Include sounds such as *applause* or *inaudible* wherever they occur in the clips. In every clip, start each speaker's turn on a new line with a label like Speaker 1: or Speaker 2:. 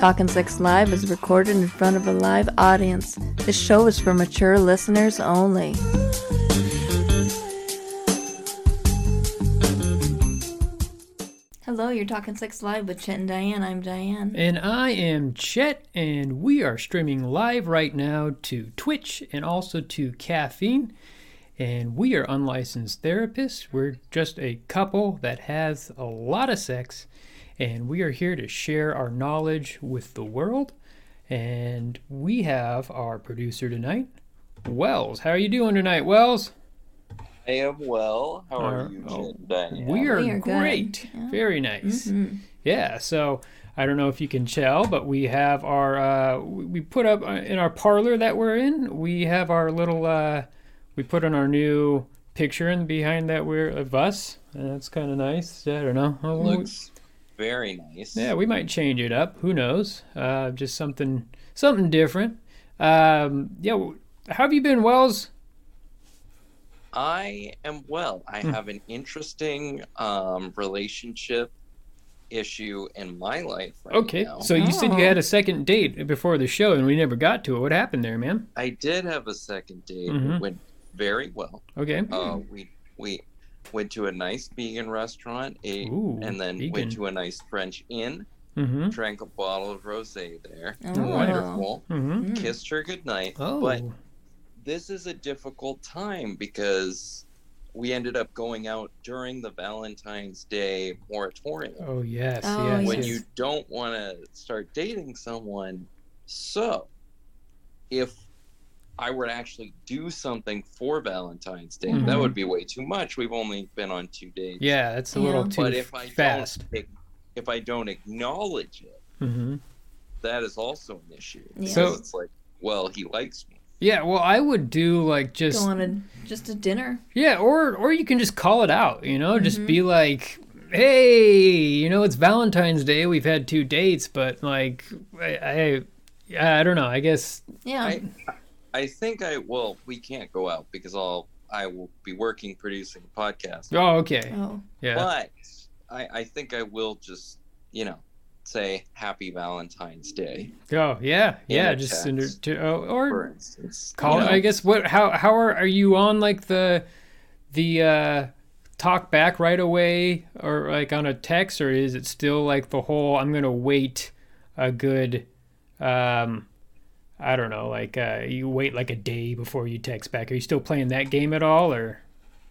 Speaker 1: Talkin' Sex Live is recorded in front of a live audience. This show is for mature listeners only. Hello, you're Talking Sex Live with Chet and Diane. I'm Diane.
Speaker 2: And I am Chet, and we are streaming live right now to Twitch and also to Caffeine. And we are unlicensed therapists. We're just a couple that has a lot of sex, and we are here to share our knowledge with the world. And we have our producer tonight, Wells. How are you doing tonight, Wells?
Speaker 3: I am well. How
Speaker 2: Uh,
Speaker 3: are you,
Speaker 2: oh,
Speaker 3: Jen Diane?
Speaker 2: We are,
Speaker 1: We are good.
Speaker 2: great.
Speaker 1: Yeah.
Speaker 2: Very nice. Yeah. So I don't know if you can tell, but we have our uh, we we put up uh, in our parlor that we're in. We have our little uh, we put on our new picture in behind that we're of us. And that's kind of nice. I don't know. It
Speaker 3: looks very nice.
Speaker 2: yeah, we might change it up. Who knows? Uh, just something something different. Um, yeah. w- How have you been, Wells?
Speaker 3: I am well. I have an interesting um, relationship issue in my life right
Speaker 2: Okay.
Speaker 3: now.
Speaker 2: So you said
Speaker 1: Oh.
Speaker 2: you had a second date before the show, and we never got to it. What happened there, man?
Speaker 3: I did have a second date.
Speaker 2: Mhm.
Speaker 3: It went very well.
Speaker 2: Okay.
Speaker 3: Uh, we we went to a nice vegan restaurant, ate,
Speaker 2: Ooh,
Speaker 3: and then
Speaker 2: vegan.
Speaker 3: went to a nice French inn.
Speaker 2: Mm-hmm.
Speaker 3: Drank a bottle of rosé there.
Speaker 1: Oh.
Speaker 3: Wonderful.
Speaker 2: Mm-hmm.
Speaker 1: Mm.
Speaker 3: Kissed her goodnight.
Speaker 2: Oh.
Speaker 3: But this is a difficult time because we ended up going out during the Valentine's Day moratorium
Speaker 2: oh yes.
Speaker 1: Oh,
Speaker 2: yes.
Speaker 3: when
Speaker 1: yes.
Speaker 3: you don't want to start dating someone. So, if I were to actually do something for Valentine's Day, that
Speaker 2: Mhm.
Speaker 3: would be way too much. We've only been on two dates.
Speaker 2: Yeah, that's a
Speaker 1: Yeah.
Speaker 2: little too
Speaker 3: but if I
Speaker 2: fast.
Speaker 3: don't, ag- if I don't acknowledge it,
Speaker 2: hmm
Speaker 3: that is also an issue.
Speaker 1: Yeah.
Speaker 2: So-
Speaker 3: So it's like, well, he likes me.
Speaker 2: Yeah. Well, I would do like just
Speaker 1: Go on a, just a dinner.
Speaker 2: yeah, or or you can just call it out. You know,
Speaker 1: Mm-hmm.
Speaker 2: just be like. Hey, you know it's Valentine's Day. We've had two dates, but like, I, I, I don't know. I guess
Speaker 1: Yeah.
Speaker 3: I, I think I well, we can't go out because I'll I will be working producing a podcast.
Speaker 2: Oh, okay.
Speaker 1: oh.
Speaker 2: Yeah.
Speaker 3: But I, I think I will just, you know, say happy Valentine's Day,
Speaker 2: oh, yeah. Yeah.
Speaker 3: a
Speaker 2: Just
Speaker 3: text.
Speaker 2: under, to, oh,
Speaker 3: for
Speaker 2: or
Speaker 3: instance.
Speaker 2: call.
Speaker 3: You know,
Speaker 2: I guess what? How how are are you on like the the uh, talk back right away or like on a text or is it still like the whole I'm gonna wait a good um I don't know like uh, you wait like a day before you text back. Are you still playing that game at all or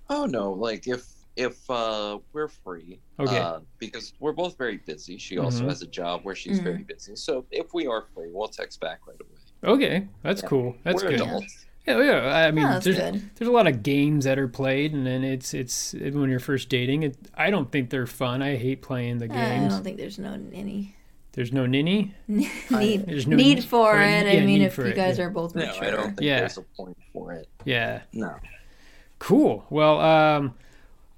Speaker 3: oh no, like if if uh we're free.
Speaker 2: Okay.
Speaker 3: Uh, because we're both very busy. She also
Speaker 2: Mhm.
Speaker 3: has a job where she's
Speaker 1: Mhm.
Speaker 3: very busy. So if we are free, we'll text back right away.
Speaker 2: okay that's cool that's
Speaker 3: we're
Speaker 2: good
Speaker 3: adults.
Speaker 2: yeah, yeah I mean
Speaker 1: Yeah, that's
Speaker 2: there's,
Speaker 1: good.
Speaker 2: there's a lot of games that are played and then it's it's when you're first dating it, I don't think they're fun I hate playing the
Speaker 1: uh, I
Speaker 2: games
Speaker 1: don't think there's no any *laughs*
Speaker 2: there's no ninny
Speaker 1: need
Speaker 2: There's no
Speaker 1: need
Speaker 2: need
Speaker 1: for
Speaker 2: for it.
Speaker 1: it. I
Speaker 2: Yeah,
Speaker 1: mean,
Speaker 2: need
Speaker 1: if
Speaker 2: for
Speaker 1: you
Speaker 2: it,
Speaker 1: guys
Speaker 2: yeah.
Speaker 1: are both
Speaker 3: No,
Speaker 1: mature.
Speaker 3: I don't think
Speaker 2: Yeah.
Speaker 3: there's a point for it.
Speaker 2: yeah
Speaker 3: No.
Speaker 2: Cool. Well, um,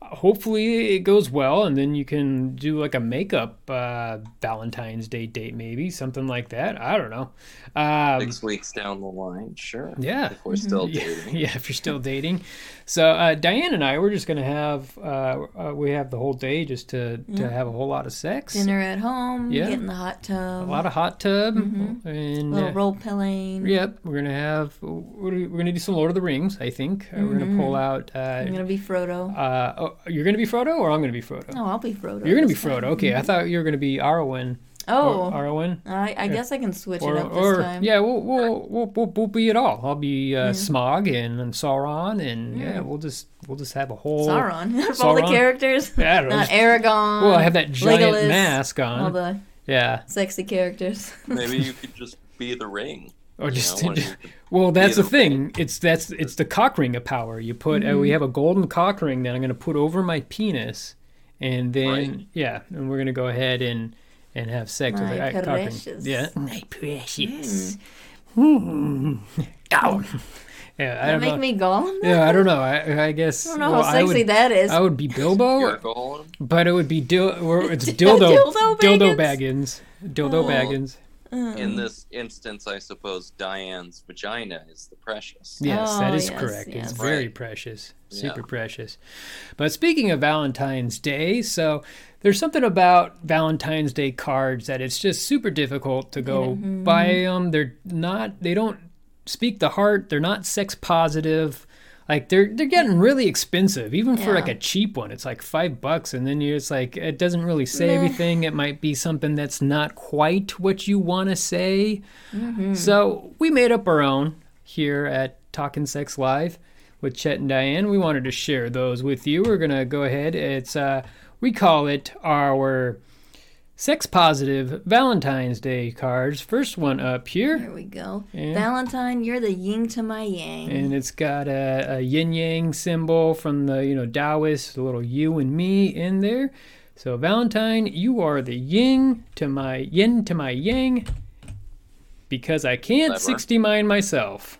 Speaker 2: hopefully it goes well, and then you can do like a makeup uh, Valentine's Day date, maybe something like that. I don't know. Um,
Speaker 3: Six weeks down the line, sure.
Speaker 2: Yeah.
Speaker 3: If
Speaker 2: *laughs*
Speaker 3: we're still
Speaker 2: yeah,
Speaker 3: dating.
Speaker 2: yeah, if you're still dating. So uh, Diane and I, we're just gonna have uh, uh, we have the whole day just to to have a whole lot of sex,
Speaker 1: Dinner at home,
Speaker 2: Yeah.
Speaker 1: get in the hot
Speaker 2: a
Speaker 1: tub,
Speaker 2: lot of hot tub, and
Speaker 1: Mm-hmm. little
Speaker 2: uh,
Speaker 1: role playing.
Speaker 2: yep, we're gonna have we're gonna- we're gonna do some Lord of the Rings. I think Uh, we're gonna
Speaker 1: Mm-hmm.
Speaker 2: pull out.
Speaker 1: I'm
Speaker 2: Uh,
Speaker 1: gonna be Frodo.
Speaker 2: uh, oh, you're gonna be Frodo, or I'm gonna be Frodo.
Speaker 1: No, Oh, I'll be Frodo.
Speaker 2: You're gonna be
Speaker 1: this time.
Speaker 2: Frodo. Okay, I thought you were gonna be Arwen.
Speaker 1: Oh,
Speaker 2: Or Arwen.
Speaker 1: I, I guess I can switch
Speaker 2: Or,
Speaker 1: it up this
Speaker 2: or
Speaker 1: time.
Speaker 2: yeah, we'll we'll, we'll we'll we'll be it all. I'll be uh, Smog and, and Sauron, and yeah, we'll just we'll just have a whole.
Speaker 1: Hmm. Sauron. *laughs* of all the
Speaker 2: Sauron?
Speaker 1: characters,
Speaker 2: *laughs* Yeah, I don't know,
Speaker 1: not
Speaker 2: just-
Speaker 1: Aragon.
Speaker 2: Well, I have that giant
Speaker 1: Legolas,
Speaker 2: mask
Speaker 1: All
Speaker 2: on.
Speaker 1: the
Speaker 2: yeah,
Speaker 1: sexy characters. *laughs*
Speaker 3: Maybe you could just be the ring.
Speaker 2: *laughs* or just
Speaker 3: know, when you-
Speaker 2: well, that's the
Speaker 3: either way.
Speaker 2: thing. It's that's it's the cock ring of power. You put uh,
Speaker 1: Mm-hmm.
Speaker 2: we have a golden cock ring that I'm gonna put over my penis, and then
Speaker 3: Right.
Speaker 2: yeah, and we're gonna go ahead and and have sex with
Speaker 1: My
Speaker 2: that cock ring.
Speaker 1: precious. Mm.
Speaker 2: Yeah, my precious.
Speaker 1: *laughs*
Speaker 2: Mm. Ow. Yeah, I
Speaker 1: that
Speaker 2: don't
Speaker 1: make
Speaker 2: know.
Speaker 1: me Gollum. though?
Speaker 2: Yeah, I don't know. I, I guess.
Speaker 1: *laughs* I don't know
Speaker 2: well,
Speaker 1: how sexy
Speaker 2: I would,
Speaker 1: that is.
Speaker 2: I would be Bilbo,
Speaker 3: *laughs* You're Gollum?
Speaker 1: *laughs*
Speaker 2: but it would be dil- or it's dildo
Speaker 1: Dildo
Speaker 2: dildo
Speaker 1: Baggins? Oh.
Speaker 2: baggins, dildo baggins.
Speaker 1: Mm.
Speaker 3: In this instance, I suppose Diane's vagina is the precious.
Speaker 2: Yes, that
Speaker 1: Oh,
Speaker 2: is
Speaker 1: yes,
Speaker 2: correct.
Speaker 1: yes.
Speaker 2: It's very
Speaker 3: Right.
Speaker 2: precious,
Speaker 3: Yeah.
Speaker 2: super precious. But speaking of Valentine's Day, so there's something about Valentine's Day cards that it's just super difficult to go
Speaker 1: Mm-hmm.
Speaker 2: buy them. They're not, they don't speak the heart. They're not sex positive. Like they're they're getting really expensive, even for like
Speaker 1: Yeah.
Speaker 2: a cheap one. It's like five bucks, and then you're it's like it doesn't really say anything. It might be something that's not quite what you want to say. So we made up our own here at Talking Sex Live with Chet and Diane. We wanted to share those with you. We're gonna go ahead. It's uh, we call it our sex positive Valentine's Day cards. First one up here,
Speaker 1: Here we go.
Speaker 2: Yeah.
Speaker 1: Valentine, you're the yin to my yang.
Speaker 2: and it's got a, a yin yang symbol from the you know Taoist, the little you and me in there. So Valentine, you are the yin to my yin to my yang, because I can't
Speaker 3: Clever.
Speaker 2: sixty mine myself.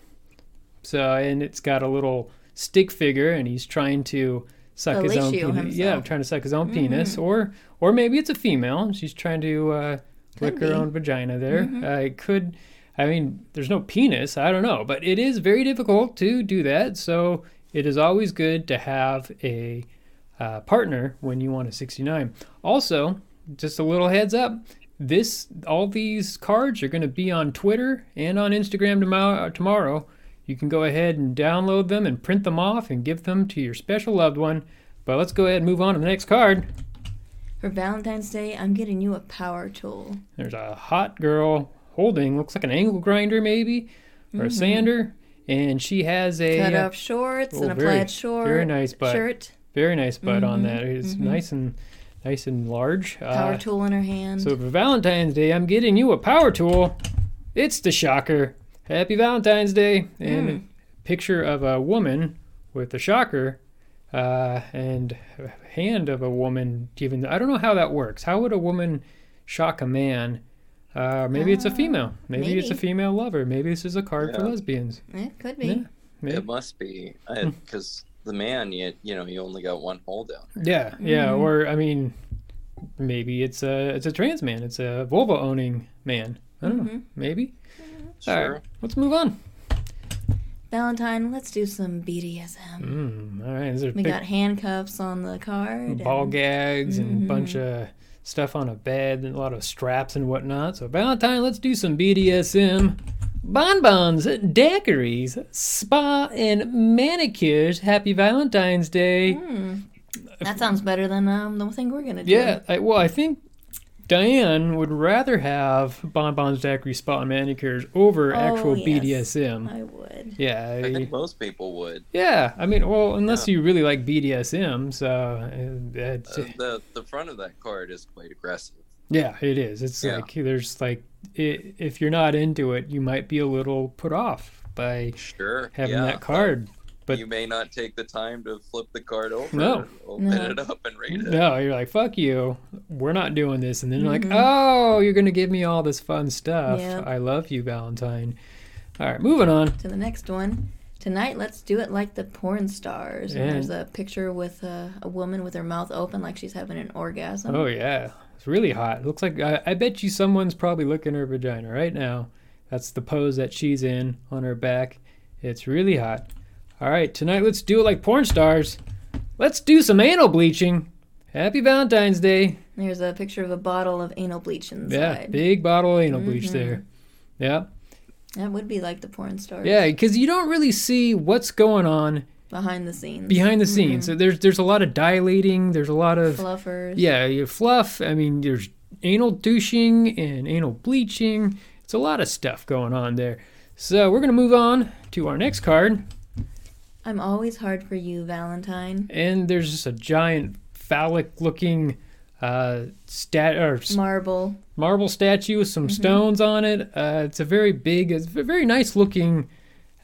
Speaker 2: So and it's got a little stick figure, and he's trying to suck his own.
Speaker 1: Fellatio
Speaker 2: penis. Yeah,
Speaker 1: himself.
Speaker 2: trying to suck his own penis, or or maybe it's a female. and She's trying to uh, lick her
Speaker 1: be.
Speaker 2: own vagina. There, Uh, it could. I mean, there's no penis. I don't know, but it is very difficult to do that. So it is always good to have a uh, partner when you want a 69. Also, just a little heads up. This all these cards are going to be on Twitter and on Instagram tomorrow. uh, Tomorrow, you can go ahead and download them and print them off and give them to your special loved one. But let's go ahead and move on to the next card.
Speaker 1: For Valentine's Day, I'm getting you a power tool.
Speaker 2: There's a hot girl holding looks like an angle grinder maybe or a sander, and she has a
Speaker 1: Cut
Speaker 2: uh,
Speaker 1: off shorts
Speaker 2: Oh,
Speaker 1: and a
Speaker 2: very-
Speaker 1: plaid short.
Speaker 2: very nice butt.
Speaker 1: Shirt,
Speaker 2: very nice butt on that. It's nice and nice and large.
Speaker 1: power
Speaker 2: Uh,
Speaker 1: tool in her hand.
Speaker 2: so for Valentine's Day, I'm getting you a power tool. It's the shocker. Happy Valentine's Day and a picture of a woman with a shocker. Uh, and a hand of a woman giving. I don't know how that works. How would a woman shock a man? Uh, maybe it's a female. Maybe, it's a
Speaker 1: maybe.
Speaker 2: female lover. Maybe this is a card for
Speaker 3: Yeah.
Speaker 2: lesbians.
Speaker 1: it could be.
Speaker 2: Yeah. Maybe. Hmm.
Speaker 3: It must be because the man, you, you know, you only got one holdout.
Speaker 2: Yeah, yeah, or I mean, maybe it's a it's a trans man, it's a Volvo owning man. I
Speaker 1: Mm-hmm.
Speaker 2: don't know, maybe. All
Speaker 3: Sure.
Speaker 2: right, let's move on.
Speaker 1: Valentine, let's do some BDSM.
Speaker 2: Mm, all right, there's a
Speaker 1: We
Speaker 2: big
Speaker 1: got handcuffs on the card.
Speaker 2: ball
Speaker 1: and-
Speaker 2: gags
Speaker 1: Mm-hmm.
Speaker 2: and bunch of stuff on a bed and a lot of straps and whatnot. So Valentine, let's do some BDSM. Bonbons, daiquiris, spa, and manicures. Happy Valentine's
Speaker 1: Mm,
Speaker 2: Day.
Speaker 1: Hmm. That sounds better than um, the thing we're gonna do.
Speaker 2: Yeah, I, well, I think Diane would rather have bonbons, daiquiri, spot, and manicures over
Speaker 1: Oh,
Speaker 2: actual
Speaker 1: yes. Uh,
Speaker 2: BDSM.
Speaker 1: I would.
Speaker 2: Yeah,
Speaker 3: I think
Speaker 2: I,
Speaker 3: most people would.
Speaker 2: yeah. I mean, well, unless you really like BDSM, so uh, that's,
Speaker 3: Uh, the the front of that card is quite aggressive.
Speaker 2: yeah, it is. It's
Speaker 3: Yeah.
Speaker 2: like there's like i if you're not into it, you might be a little put off by
Speaker 3: Sure.
Speaker 2: having
Speaker 3: yeah.
Speaker 2: that card. but-
Speaker 3: you may not take the time to flip the card over.
Speaker 2: No.
Speaker 3: Open
Speaker 1: No.
Speaker 3: it up and read it.
Speaker 2: No, you're like fuck you. We're not doing this. And then you're like, oh, you're gonna give me all this fun stuff.
Speaker 1: Yep.
Speaker 2: I love you, Valentine. All right, moving on.
Speaker 1: To the next one. Tonight, let's do it like the porn stars. And
Speaker 2: Yeah.
Speaker 1: there's a picture with a, a woman with her mouth open, like she's having an orgasm.
Speaker 2: Oh yeah, it's really hot. looks like I, I bet you someone's probably looking her vagina right now. That's the pose that she's in on her back. It's really hot. All right, tonight let's do it like porn stars. Let's do some anal bleaching. Happy Valentine's Day.
Speaker 1: There's a picture of a bottle of anal bleach
Speaker 2: Yeah,
Speaker 1: inside.
Speaker 2: big bottle of anal bleach there. Yeah,
Speaker 1: That would be like the porn stars.
Speaker 2: yeah, because you don't really see what's going on
Speaker 1: Behind the scenes. Mm-hmm.
Speaker 2: behind the scenes. So there's there's a lot of dilating. There's a lot of
Speaker 1: Fluffers.
Speaker 2: Yeah, your fluff. I mean, there's anal douching and anal bleaching. It's a lot of stuff going on there. So we're gonna move on to our next card,
Speaker 1: I'm always hard for you, Valentine.
Speaker 2: and there's just a giant phallic-looking uh, stat or s-
Speaker 1: Marble.
Speaker 2: marble statue with some stones on it. Uh, it's a very big, it's a very nice-looking,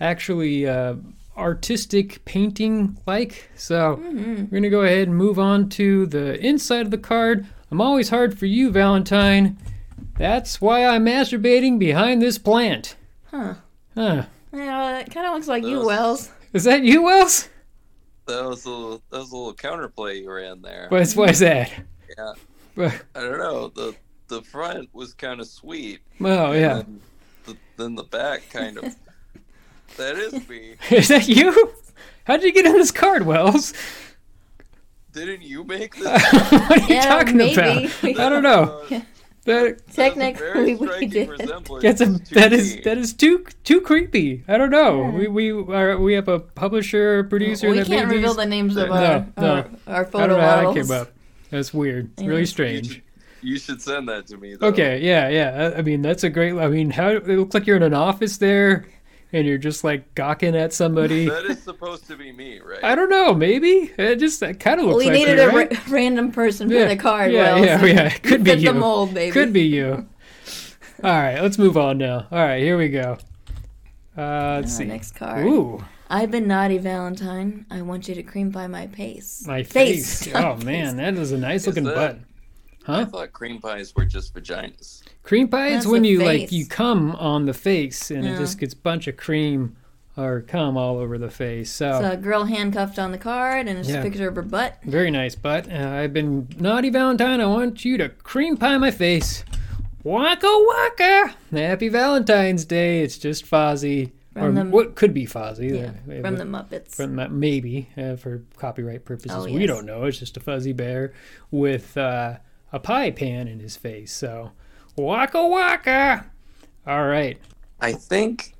Speaker 2: actually uh, artistic painting-like. So
Speaker 1: Mm-hmm.
Speaker 2: we're gonna go ahead and move on to the inside of the card. I'm always hard for you, Valentine. That's why I'm masturbating behind this plant.
Speaker 1: Huh.
Speaker 2: Huh.
Speaker 1: Yeah, that kind of looks like you,
Speaker 3: Those-
Speaker 1: Wells.
Speaker 2: Is that you, Wells?
Speaker 3: That was a little, that was a little counterplay you were in there.
Speaker 2: What's, why's that?
Speaker 3: Yeah.
Speaker 2: Wha-
Speaker 3: I don't know. The the front was kind of sweet.
Speaker 2: Oh yeah.
Speaker 1: Uh,
Speaker 3: And the, then the back kind of. that is me.
Speaker 2: Is that you? How did you get in this card, Wells? *laughs*
Speaker 3: Didn't you make this?
Speaker 2: what are you
Speaker 1: Yeah,
Speaker 2: talking
Speaker 1: maybe. *laughs*
Speaker 2: about? I don't know.
Speaker 3: Uh,
Speaker 2: That
Speaker 3: that's a
Speaker 1: Technically,
Speaker 3: very
Speaker 1: we
Speaker 3: striking
Speaker 1: did.
Speaker 3: resemblance
Speaker 2: that's a
Speaker 3: to
Speaker 2: that is
Speaker 3: me.
Speaker 2: that is too too creepy. I don't know. We we are we have a publisher producer
Speaker 1: we
Speaker 2: that
Speaker 1: can't
Speaker 2: made
Speaker 1: reveal
Speaker 2: these.
Speaker 1: the names of
Speaker 3: No,
Speaker 1: our,
Speaker 2: no.
Speaker 1: our, our
Speaker 2: I
Speaker 1: photo
Speaker 2: don't know how that
Speaker 1: models.
Speaker 2: came up. That's weird. It's
Speaker 1: Yeah.
Speaker 2: Really
Speaker 3: You
Speaker 2: strange.
Speaker 3: should, you should send that to me. Though.
Speaker 2: Okay, yeah, yeah. I- I mean, that's a great. I mean, how it looks like you're in an office there, and you're just like gawking at
Speaker 3: *laughs*
Speaker 2: somebody.
Speaker 3: That is supposed to be me, right?
Speaker 2: I don't know. Maybe it just that kind of
Speaker 1: Well,
Speaker 2: looks
Speaker 1: we
Speaker 2: like
Speaker 1: needed
Speaker 2: you,
Speaker 1: a
Speaker 2: right?
Speaker 1: ra- random person for
Speaker 2: Yeah,
Speaker 1: the card.
Speaker 2: yeah,
Speaker 1: Wells.
Speaker 2: yeah, yeah. It could be
Speaker 1: Fit
Speaker 2: you.
Speaker 1: the mold, baby.
Speaker 2: Could be you. All right, let's move on now. All right, here we go. Uh, let's
Speaker 1: Uh,
Speaker 2: see.
Speaker 1: Next card.
Speaker 2: Ooh,
Speaker 1: I've been naughty, Valentine. I want you to cream by my pace.
Speaker 2: my face.
Speaker 1: *laughs*
Speaker 2: Oh man, that is a nice looking
Speaker 3: that-
Speaker 2: butt.
Speaker 3: I thought cream pies were just vaginas.
Speaker 2: Cream pie is
Speaker 1: That's
Speaker 2: when
Speaker 1: the
Speaker 2: you like
Speaker 1: face.
Speaker 2: you come on the face and it
Speaker 1: Yeah.
Speaker 2: just gets a bunch of cream or cum all over the face. So,
Speaker 1: It's a girl handcuffed on the card, and it's
Speaker 2: Oh. Yeah.
Speaker 1: a picture of her butt.
Speaker 2: very nice butt. Uh, I've been naughty Valentine. I want you to cream pie my face. Waka waka. Happy Valentine's Day. It's just Fozzie. Or
Speaker 1: From the-
Speaker 2: what could be Fozzie.
Speaker 1: Yeah,
Speaker 2: Uh,
Speaker 1: from the Muppets.
Speaker 2: from that maybe uh, for copyright purposes
Speaker 1: Oh,
Speaker 2: we
Speaker 1: yes.
Speaker 2: don't know it's just a fuzzy bear with uh, a pie pan in his face so waka waka all right
Speaker 3: I think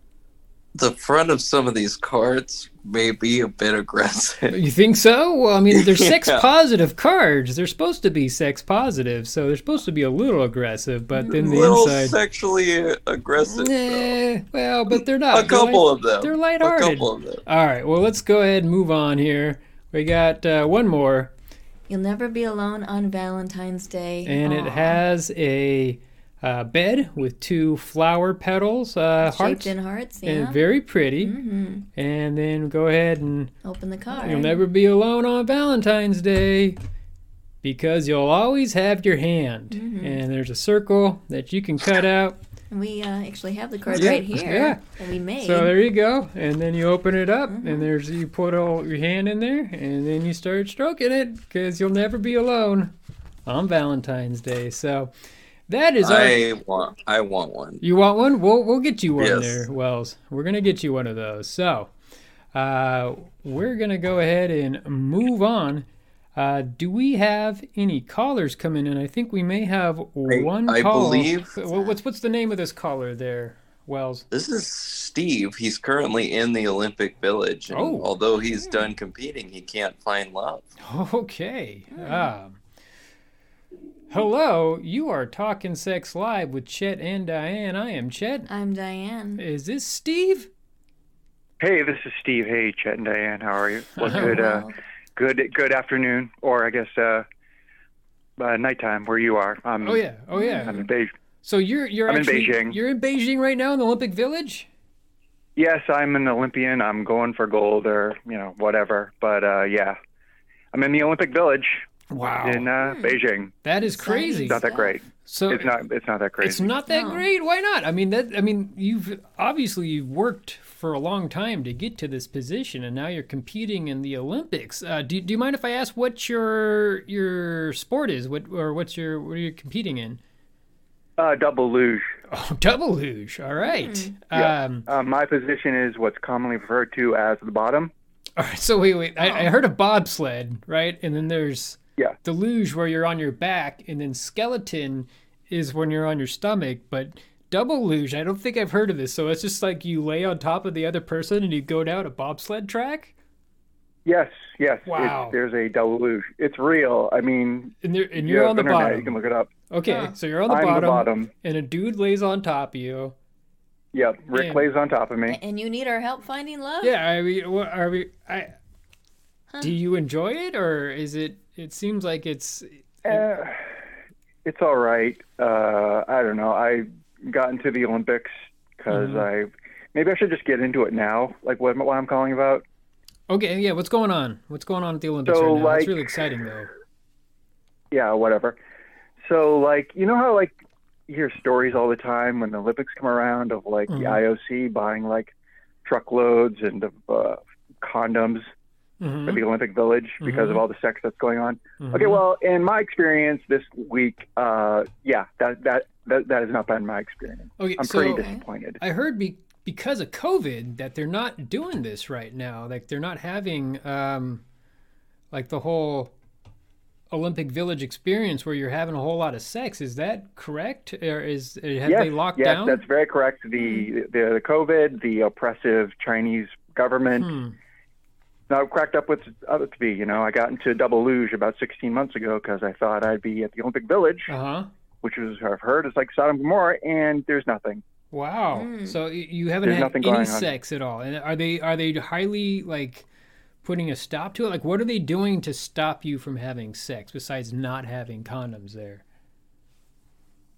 Speaker 3: the front of some of these cards may be a bit aggressive.
Speaker 2: you think so well i mean
Speaker 3: *laughs*
Speaker 2: they're sex
Speaker 3: Yeah.
Speaker 2: positive cards they're supposed to be sex positive so they're supposed to be a little aggressive but then the
Speaker 3: little
Speaker 2: inside
Speaker 3: sexually aggressive. though.
Speaker 2: Eh, well but they're not
Speaker 3: A couple of them.
Speaker 2: they're
Speaker 3: A
Speaker 2: lighthearted
Speaker 3: couple of them.
Speaker 2: all right well let's go ahead and move on here we got uh, one more
Speaker 1: You'll never be alone on Valentine's Day.
Speaker 2: and it
Speaker 1: Aw.
Speaker 2: has a uh, bed with two flower petals, uh,
Speaker 1: shaped
Speaker 2: hearts,
Speaker 1: in hearts. Yeah.
Speaker 2: and very pretty.
Speaker 1: hmm
Speaker 2: And then go ahead and
Speaker 1: Open the card.
Speaker 2: you'll never be alone on Valentine's Day because you'll always have your hand. And there's a circle that you can cut out.
Speaker 1: We uh, actually have the card
Speaker 2: Yeah,
Speaker 1: right here
Speaker 2: yeah.
Speaker 1: that we made.
Speaker 2: So there you go. And then you open it up, and there's you put all your hand in there, and then you start stroking it because you'll never be alone on Valentine's Day. So that is our
Speaker 3: I want. I want one.
Speaker 2: You want one? We'll we'll get you one
Speaker 3: Yes.
Speaker 2: there, Wells. We're gonna get you one of those. So, uh, we're gonna go ahead and move on. Uh, do we have any callers coming in? I think we may have one
Speaker 3: I
Speaker 2: call.
Speaker 3: believe-
Speaker 2: Wh- What's what's the name of this caller there, Wells? *laughs*
Speaker 3: This is Steve. He's currently in the Olympic Village, and
Speaker 2: Oh.
Speaker 3: although he's done competing, he can't find love.
Speaker 2: Okay. Um, hello, you are talking sex live with Chet and Diane. I am Chet.
Speaker 1: I'm Diane.
Speaker 2: Is this Steve?
Speaker 4: Hey, this is Steve. Hey, Chet and Diane. How are you?
Speaker 2: *laughs*
Speaker 4: Well,
Speaker 2: Oh,
Speaker 4: good, uh,
Speaker 1: Well,
Speaker 4: good, good afternoon, or I guess uh, uh, nighttime where you are. I'm,
Speaker 2: Oh yeah. Oh yeah.
Speaker 4: I'm in Beijing.
Speaker 2: So you're you're
Speaker 4: I'm in
Speaker 2: actually,
Speaker 4: Beijing.
Speaker 2: You're in Beijing right now in the Olympic Village.
Speaker 4: Yes, I'm an Olympian. I'm going for gold, or you know, whatever. But uh, yeah, I'm in the Olympic Village
Speaker 2: Wow,
Speaker 4: in uh, Beijing.
Speaker 2: that is
Speaker 1: Exciting.
Speaker 2: crazy.
Speaker 4: It's not that great.
Speaker 2: So
Speaker 4: It's not. It's not that crazy.
Speaker 2: It's not that
Speaker 1: No.
Speaker 2: great. Why not? I mean that. I mean you've obviously you've worked for a long time to get to this position, and now you're competing in the Olympics. Uh, do Do you mind if I ask what your your sport is? What or what's your what are you competing in?
Speaker 4: uh, double luge.
Speaker 2: Oh, double luge. All right.
Speaker 4: Yeah.
Speaker 2: Um,
Speaker 4: Uh, my position is what's commonly referred to as the bottom.
Speaker 2: all right. *laughs* So wait, wait. I, I heard of bobsled, right? And then there's
Speaker 4: Oh. Yeah.
Speaker 2: the luge where you're on your back and then skeleton is when you're on your stomach but double luge i don't think i've heard of this so it's just like you lay on top of the other person and you go down a bobsled track
Speaker 4: Yes. Yes. it's-
Speaker 2: Wow.
Speaker 4: there's a double luge. It's real. I mean,
Speaker 2: and, there, and
Speaker 4: you
Speaker 2: you're
Speaker 4: have
Speaker 2: on the
Speaker 4: internet,
Speaker 2: bottom
Speaker 4: You can look it up.
Speaker 2: okay
Speaker 1: Huh.
Speaker 2: so you're on the
Speaker 4: I'm
Speaker 2: bottom,
Speaker 4: the bottom.
Speaker 2: and a dude lays on top of you
Speaker 4: Yep. Rick
Speaker 2: Yeah.
Speaker 4: lays on top of me.
Speaker 1: and you need our help finding love?
Speaker 2: yeah i mean what are we i do you enjoy it or is it it seems like it's
Speaker 4: Eh, it's all right. Uh, I don't know. I got into the Olympics because I maybe I should just get into it now. Like what, what I'm calling about.
Speaker 2: okay yeah what's going on what's going on at the olympics
Speaker 4: So,
Speaker 2: right now it's
Speaker 4: like-
Speaker 2: really exciting though
Speaker 4: Yeah. Whatever. So like you know how like you hear stories all the time when the Olympics come around of like
Speaker 2: Mhm.
Speaker 4: the IOC buying like truckloads and of uh, condoms
Speaker 2: Mhm.
Speaker 4: or the Olympic Village because of all the sex that's going on.
Speaker 2: Mhm.
Speaker 4: Okay, well, in my experience this week, uh, yeah, that, that that that has not been my experience.
Speaker 2: Okay,
Speaker 4: I'm
Speaker 2: so uh,
Speaker 4: pretty disappointed.
Speaker 2: I heard be- because of COVID that they're not doing this right now. Like they're not having um, like the whole Olympic Village experience where you're having a whole lot of sex. Is that correct? Or is eh, have
Speaker 4: yes,
Speaker 2: they locked
Speaker 4: yes,
Speaker 2: down? Mm-hmm.
Speaker 4: that's very correct. The, the the COVID, the oppressive Chinese government.
Speaker 2: Hmm.
Speaker 4: Now cracked up with other to be, you know, I got into a double luge about 16 months ago because I thought I'd be at the Olympic Village,
Speaker 2: Uh huh.
Speaker 4: which is I've heard is like Sodom and Gomorrah, and there's nothing.
Speaker 2: Wow. So y- you haven't
Speaker 4: There's
Speaker 2: had
Speaker 4: nothing
Speaker 2: any
Speaker 4: going on.
Speaker 2: sex at all, and are they are they highly like putting a stop to it? Like, what are they doing to stop you from having sex besides not having condoms there?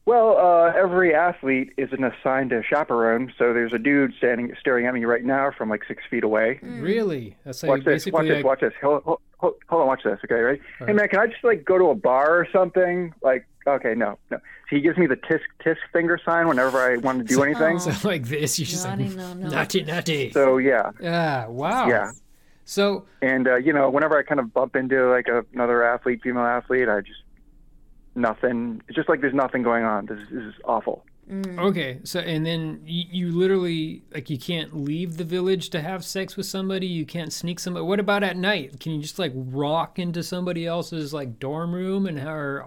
Speaker 4: Well, uh, every athlete isn't assigned a chaperone, so there's a dude standing staring at me right now from like six feet away.
Speaker 1: Mm.
Speaker 2: Really? That's like
Speaker 4: Watch this,
Speaker 2: basically like-
Speaker 4: watch this, watch this. Hold, hold, hold hold on, watch this. Okay, ready? Hey
Speaker 2: Alright.
Speaker 4: man, can I just like go to a bar or something? Like, okay, no, no. So he gives me the tisk tisk finger sign whenever I want to do anything.
Speaker 1: Oh.
Speaker 2: *laughs* like this. You're just
Speaker 1: Naughty,
Speaker 2: like
Speaker 1: no, no.
Speaker 2: naughty, naughty.
Speaker 4: So yeah,
Speaker 2: ah, wow.
Speaker 4: yeah.
Speaker 2: So
Speaker 4: And uh, you know, whenever I kind of bump into like a, another athlete, female athlete, I just nothing. It's just like there's nothing going on. This, is- this is awful.
Speaker 1: Mm.
Speaker 2: okay. So and then you, you literally like you can't leave the village to have sex with somebody. You can't sneak somebody. What about at night? Can you just like walk into somebody else's like dorm room and her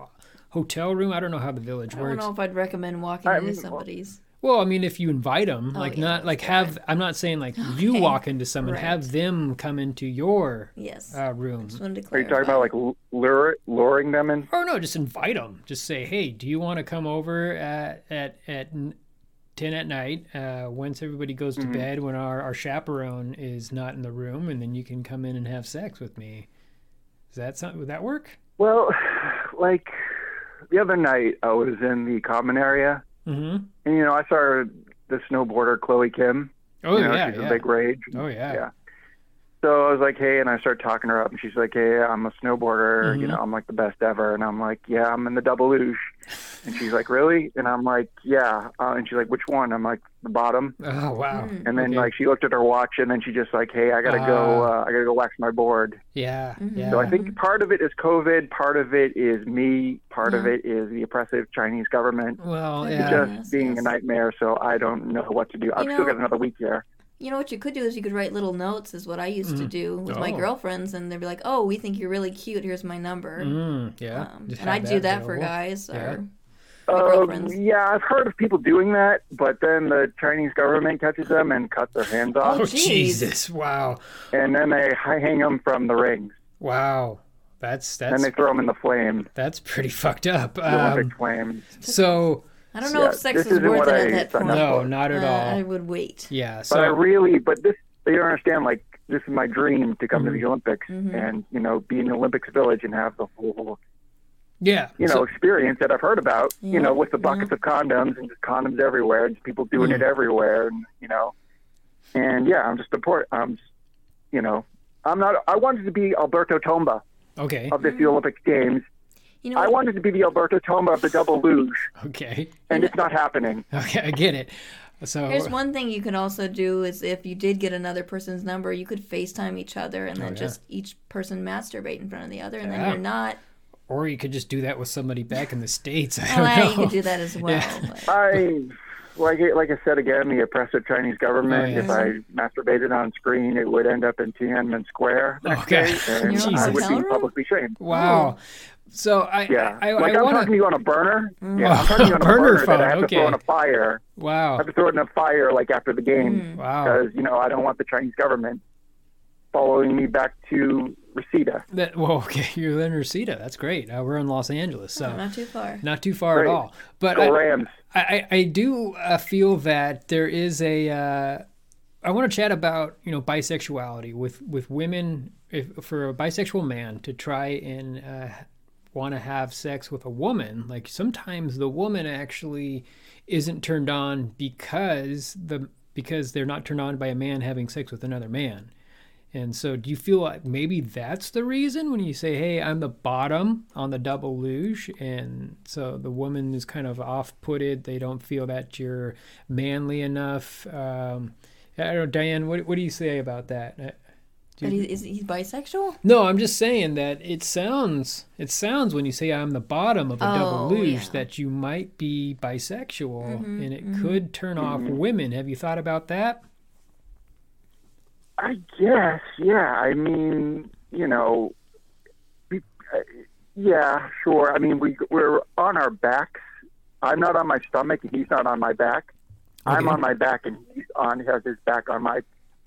Speaker 2: hotel room? I don't know how the village
Speaker 1: I don't
Speaker 2: works.
Speaker 1: know if I'd recommend walking
Speaker 4: I
Speaker 1: into
Speaker 4: mean,
Speaker 1: somebody's.
Speaker 2: Well, I mean, if you invite them,
Speaker 1: Oh,
Speaker 2: like
Speaker 1: yeah,
Speaker 2: not like have. I'm not
Speaker 1: *laughs*
Speaker 2: saying like you
Speaker 1: Okay.
Speaker 2: walk into someone.
Speaker 1: Right.
Speaker 2: Have them come into your
Speaker 1: Yes.
Speaker 2: uh, room.
Speaker 1: Just wanted to
Speaker 4: Are you talking about like l- lure, luring them in?
Speaker 2: or no, just invite them. Just say, hey, do you want to come over at at at n- ten at night? Uh, once everybody goes to bed, when our our chaperone is not in the room, and then you can come in and have sex with me. Is that something? Would that work?
Speaker 4: Well, like the other night, I was in the common area,
Speaker 2: Mm-hmm.
Speaker 4: and you know, I saw the snowboarder Chloe Kim.
Speaker 2: Oh
Speaker 4: you know,
Speaker 2: yeah,
Speaker 4: she's
Speaker 2: yeah.
Speaker 4: a big rage.
Speaker 2: oh yeah,
Speaker 4: yeah. So I was like, hey, and I started talking her up, and she's like, hey, I'm a snowboarder. You know, I'm like the best ever. And I'm like, yeah, I'm in the double luge. And she's like, really? And I'm like, yeah. Uh, and she's like, which one? I'm like, the bottom.
Speaker 2: Oh wow.
Speaker 1: Mm-hmm. Mm.
Speaker 4: And then
Speaker 2: Okay.
Speaker 4: like she looked at her watch, and then she just like, hey, I gotta go. Uh, I gotta go wax my board.
Speaker 2: Yeah,
Speaker 1: Mm-hmm.
Speaker 2: yeah.
Speaker 4: So I think part of it is COVID, part of it is me, part of it is the oppressive Chinese government.
Speaker 2: well,
Speaker 1: Yeah.
Speaker 2: yeah.
Speaker 4: Just
Speaker 1: Yes,
Speaker 4: being
Speaker 1: yes.
Speaker 4: a nightmare. So I don't know what to do. I've
Speaker 1: You
Speaker 4: still
Speaker 1: know-
Speaker 4: got another week here.
Speaker 1: You know what you could do is you could write little notes, is what I used to do with my
Speaker 2: Oh.
Speaker 1: girlfriends, and they'd be like, "Oh, we think you're really cute. Here's my number."
Speaker 2: Mm, yeah.
Speaker 1: Um,
Speaker 2: Just
Speaker 1: and
Speaker 2: have
Speaker 1: I'd do that for
Speaker 2: available.
Speaker 1: guys. Or, My
Speaker 4: Um,
Speaker 1: girlfriends.
Speaker 4: yeah, I've heard of people doing that, but then the Chinese government catches them and cuts their hands off,
Speaker 2: Oh
Speaker 1: Jeez.
Speaker 2: Jesus! Wow,
Speaker 1: Oh.
Speaker 4: and then they hi- hang them from the rings,
Speaker 2: wow. That's
Speaker 4: and
Speaker 2: that's
Speaker 4: they throw them in the flame,
Speaker 2: that's pretty fucked up.
Speaker 4: the
Speaker 2: Um,
Speaker 4: Olympic flame.
Speaker 2: so
Speaker 1: I don't know
Speaker 4: Yeah,
Speaker 1: if sex
Speaker 4: this
Speaker 1: is
Speaker 4: isn't
Speaker 1: worth
Speaker 4: what
Speaker 1: it at that
Speaker 4: I
Speaker 1: point.
Speaker 4: signed up
Speaker 2: no,
Speaker 4: for.
Speaker 2: not at
Speaker 1: Uh,
Speaker 2: all.
Speaker 1: I would wait.
Speaker 2: Yeah. So
Speaker 4: But I really, but this they don't understand. Like this is my dream to come to
Speaker 1: Mm-hmm.
Speaker 4: the Olympics and you know be in the Olympics Village and have the whole
Speaker 2: yeah.
Speaker 4: you know
Speaker 2: so-
Speaker 4: experience that I've heard about.
Speaker 1: Yeah,
Speaker 4: You know, with the buckets of condoms and just condoms everywhere and people doing it everywhere, and you know, and yeah, I'm just support. I'm, just, you know, I'm not. I wanted to be Alberto Tomba
Speaker 2: okay.
Speaker 4: of the Olympic Games.
Speaker 1: You know,
Speaker 4: I
Speaker 1: what?
Speaker 4: wanted to be the Alberto Tomba of the double luge,
Speaker 2: Okay. *laughs*
Speaker 4: and it's not happening.
Speaker 2: Okay. I get it. So
Speaker 1: Here's one thing you can also do is if you did get another person's number, you could FaceTime each other and then
Speaker 2: Oh, yeah.
Speaker 1: just each person masturbate in front of the other, and then
Speaker 2: Yeah.
Speaker 1: you're not.
Speaker 2: or you could just do that with somebody back in the states. *laughs* I don't
Speaker 1: Well,
Speaker 2: know.
Speaker 1: you could do that as well.
Speaker 2: Yeah.
Speaker 1: but-
Speaker 4: I. Like, I- like I said again, the oppressive Chinese government.
Speaker 2: Oh, yeah.
Speaker 4: If I masturbated on screen, it would end up in Tiananmen Square. next
Speaker 2: Okay.
Speaker 4: day,
Speaker 2: *laughs*
Speaker 4: and
Speaker 1: You're on
Speaker 4: I would
Speaker 1: hotel
Speaker 4: be
Speaker 1: room?
Speaker 4: publicly shamed.
Speaker 2: *laughs* Wow.
Speaker 1: Oh.
Speaker 2: So I
Speaker 4: Yeah,
Speaker 2: I, I,
Speaker 4: like
Speaker 2: I
Speaker 4: I'm
Speaker 2: want
Speaker 4: talking to
Speaker 2: to
Speaker 4: you on a burner. Yeah, I'm talking to you on
Speaker 2: *laughs*
Speaker 4: a
Speaker 2: Burner
Speaker 4: burner, that I
Speaker 2: phone,
Speaker 4: have to
Speaker 2: okay.
Speaker 4: throw in a fire. I
Speaker 2: wow
Speaker 4: have to throw it in a fire like after the game
Speaker 2: wow
Speaker 4: because you know I don't want the Chinese government following me back to Reseda.
Speaker 2: that *laughs* well okay you're in Reseda that's great uh, we're in Los Angeles so
Speaker 1: not too far.
Speaker 2: not too far
Speaker 4: Great.
Speaker 2: at all but
Speaker 4: Go
Speaker 2: I,
Speaker 4: Rams!
Speaker 2: I, I I do uh, feel that there is a. Uh, I want to chat about you know bisexuality with with women. If for a bisexual man to try and uh, want to have sex with a woman, like sometimes the woman actually isn't turned on because the because they're not turned on by a man having sex with another man. And so, do you feel like maybe that's the reason when you say, "Hey, I'm the bottom on the double luge," and so the woman is kind of off-putted. They don't feel that you're manly enough. Um, I don't know, Diane. What, what do you say about that? Uh,
Speaker 1: But he, is he bisexual?
Speaker 2: No, I'm just saying that it sounds it sounds when you say I'm the bottom of a double
Speaker 1: Oh,
Speaker 2: luge
Speaker 1: yeah. Mm-hmm,
Speaker 2: that you might be bisexual and it could turn off women. Have you thought about that?
Speaker 4: I guess, yeah. I mean, you know, we- uh, yeah, sure. I mean, we we're on our backs. I'm not on my stomach, and he's not on my back. I'm
Speaker 2: Okay.
Speaker 4: on my back, and he's on has his back on my.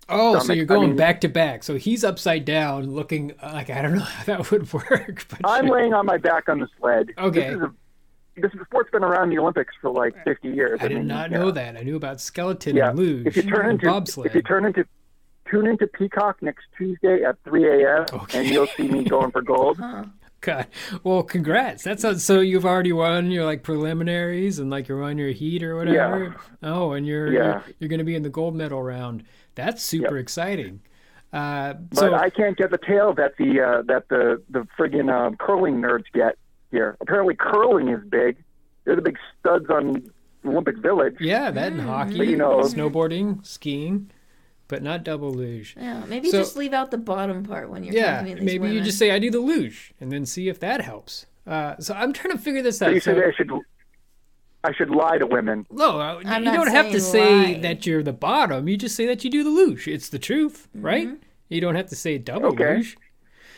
Speaker 2: Oh, so
Speaker 4: Stomach,
Speaker 2: you're
Speaker 4: I
Speaker 2: going
Speaker 4: mean-
Speaker 2: back to back. So he's upside down looking uh, like I don't know *laughs* how that would work, but *laughs*
Speaker 4: I'm
Speaker 2: sure.
Speaker 4: laying on my back on the sled.
Speaker 2: Okay.
Speaker 4: This is a, this sport's been around the Olympics for like 50 years.
Speaker 2: I did
Speaker 4: mean,
Speaker 2: not
Speaker 4: yeah.
Speaker 2: know that. I knew about skeleton
Speaker 4: Yeah.
Speaker 2: and luge
Speaker 4: If you turn
Speaker 2: and
Speaker 4: into
Speaker 2: bobsled.
Speaker 4: if you turn into tune into Peacock next Tuesday at 3 a.m.
Speaker 2: Okay.
Speaker 4: and you'll see me going for gold.
Speaker 2: God. Well, congrats. That's a, so you've already won your like preliminaries and like you're on your heat or whatever. Oh, and you're
Speaker 4: Yeah.
Speaker 2: you're, you're going to be in the gold medal round. That's super exciting. Uh,
Speaker 4: But
Speaker 2: so
Speaker 4: I can't get the tail that the uh, that the the friggin' uh, curling nerds get here. Apparently, curling is big. They're the big studs on Olympic Village.
Speaker 2: yeah, that and hockey,
Speaker 4: Mm, But, you know-
Speaker 2: snowboarding, skiing, but not double luge.
Speaker 1: Yeah, maybe
Speaker 2: So-
Speaker 1: just leave out the bottom part when you're
Speaker 2: Yeah,
Speaker 1: talking to these
Speaker 2: maybe you
Speaker 1: women.
Speaker 2: just say I do the luge and then see if that helps. Uh, so I'm trying to figure this
Speaker 4: So you
Speaker 2: out.
Speaker 4: said
Speaker 2: So,
Speaker 4: I should I should lie to women.
Speaker 2: no, uh,
Speaker 1: I'm
Speaker 2: you
Speaker 1: not
Speaker 2: don't have to say
Speaker 1: saying lie.
Speaker 2: that you're the bottom. You just say that you do the luge. It's the truth,
Speaker 1: Mm-hmm.
Speaker 2: right? You don't have to say double
Speaker 4: Okay.
Speaker 2: luge.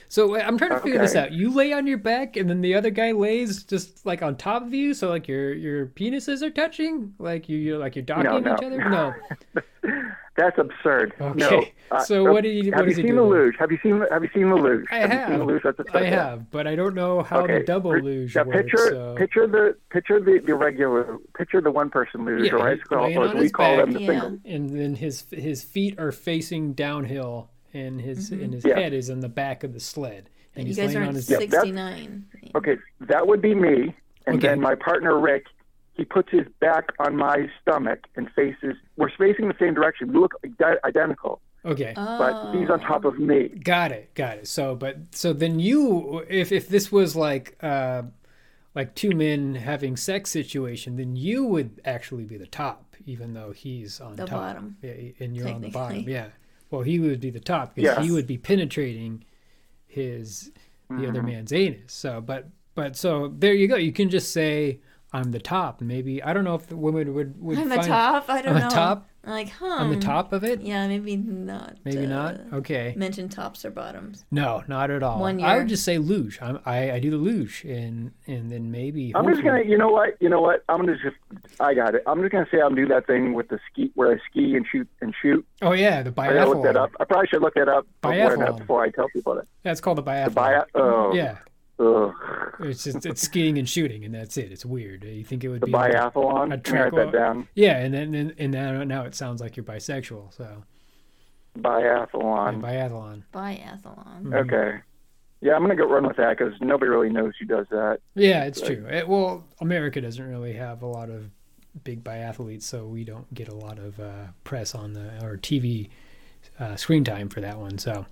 Speaker 2: So uh, I'm trying to figure this
Speaker 4: Okay.
Speaker 2: out. You lay on your back, and then the other guy lays just like on top of you, so like your your penises are touching, like you you're like you're docking
Speaker 4: no.
Speaker 2: each
Speaker 4: *laughs*
Speaker 2: other. No,
Speaker 4: That's absurd.
Speaker 2: Okay.
Speaker 4: No. uh,
Speaker 2: So what do you-
Speaker 4: Have
Speaker 2: what does
Speaker 4: you
Speaker 2: he do
Speaker 4: seen the
Speaker 2: then?
Speaker 4: luge? Have you seen Have you seen the luge?
Speaker 2: I
Speaker 4: you seen the
Speaker 2: have,
Speaker 4: luge? That's a
Speaker 2: I have, but I don't know how the double
Speaker 4: Pr-
Speaker 2: luge
Speaker 4: now
Speaker 2: works.
Speaker 4: Picture,
Speaker 2: so.
Speaker 4: picture the picture the, the regular picture the one person luge,
Speaker 2: Yeah,
Speaker 4: or I
Speaker 2: he's
Speaker 4: call,
Speaker 2: laying
Speaker 4: or
Speaker 2: on
Speaker 4: we
Speaker 2: his
Speaker 4: call them
Speaker 2: back.
Speaker 4: the
Speaker 1: Yeah.
Speaker 4: single.
Speaker 2: and then his his feet are facing downhill, and his and his
Speaker 4: Yeah.
Speaker 2: head is on the back of the sled, and
Speaker 1: Mm-hmm. You
Speaker 2: he's
Speaker 1: guys
Speaker 2: laying
Speaker 1: are
Speaker 2: on
Speaker 1: in
Speaker 2: his.
Speaker 4: Yeah, that's-
Speaker 1: 69.
Speaker 4: Okay, that would be me, and
Speaker 2: Okay.
Speaker 4: then my partner Rick. He puts his back on my stomach and faces. We're facing the same direction. We look ide- identical,
Speaker 2: Okay,
Speaker 4: but he's on top of me.
Speaker 2: got it, got it. So, but so then you, if if this was like uh, like two men having sex situation, then you would actually be the top, even though he's on
Speaker 1: The
Speaker 2: top.
Speaker 1: bottom.
Speaker 2: Yeah, and you're on the bottom.
Speaker 1: Technically.
Speaker 2: Yeah. Well, he would be the top because
Speaker 4: Yes.
Speaker 2: he would be penetrating his the other man's anus. So, but but so there you go. You can just say I'm the top. Maybe I don't know if the women would would
Speaker 1: I'm a
Speaker 2: find
Speaker 1: top? I don't
Speaker 2: I'm a
Speaker 1: know.
Speaker 2: top?
Speaker 1: Like, huh.
Speaker 2: on the top of it.
Speaker 1: Yeah, maybe not.
Speaker 2: Maybe
Speaker 1: uh,
Speaker 2: not. Okay.
Speaker 1: Mention tops or bottoms.
Speaker 2: No, not at all.
Speaker 1: One
Speaker 2: I
Speaker 1: year.
Speaker 2: would just say luge. I'm, I I do the luge and and then maybe.
Speaker 4: I'm just gonna.
Speaker 2: hopefully-
Speaker 4: You know what? You know what? I'm gonna just. I got it. I'm just gonna say I'm do that thing with the ski where I ski and shoot and shoot.
Speaker 2: Oh yeah, the
Speaker 4: I gotta look that
Speaker 2: biathlon.
Speaker 4: up. I probably should look that up before,
Speaker 2: Biathlon.
Speaker 4: before I tell people that.
Speaker 2: That's called the biathlon.
Speaker 4: Bi- oh,
Speaker 2: Yeah,
Speaker 4: ugh.
Speaker 2: it's just, it's skiing and shooting, and that's it. It's weird. You think it would
Speaker 4: the
Speaker 2: be like-
Speaker 4: biathlon.
Speaker 2: a
Speaker 4: Let me write
Speaker 2: triathlon.
Speaker 4: that down.
Speaker 2: Yeah, and then and, and now, now it sounds like you're bisexual. So and
Speaker 4: Biathlon.
Speaker 2: biathlon. Mm-hmm.
Speaker 1: Biathlon.
Speaker 4: Okay. Yeah, I'm gonna go run with that because nobody really knows who does that.
Speaker 2: Yeah, it's true. It, well, America doesn't really have a lot of big biathletes, so we don't get a lot of uh, press on the or TV uh, screen time for that one. So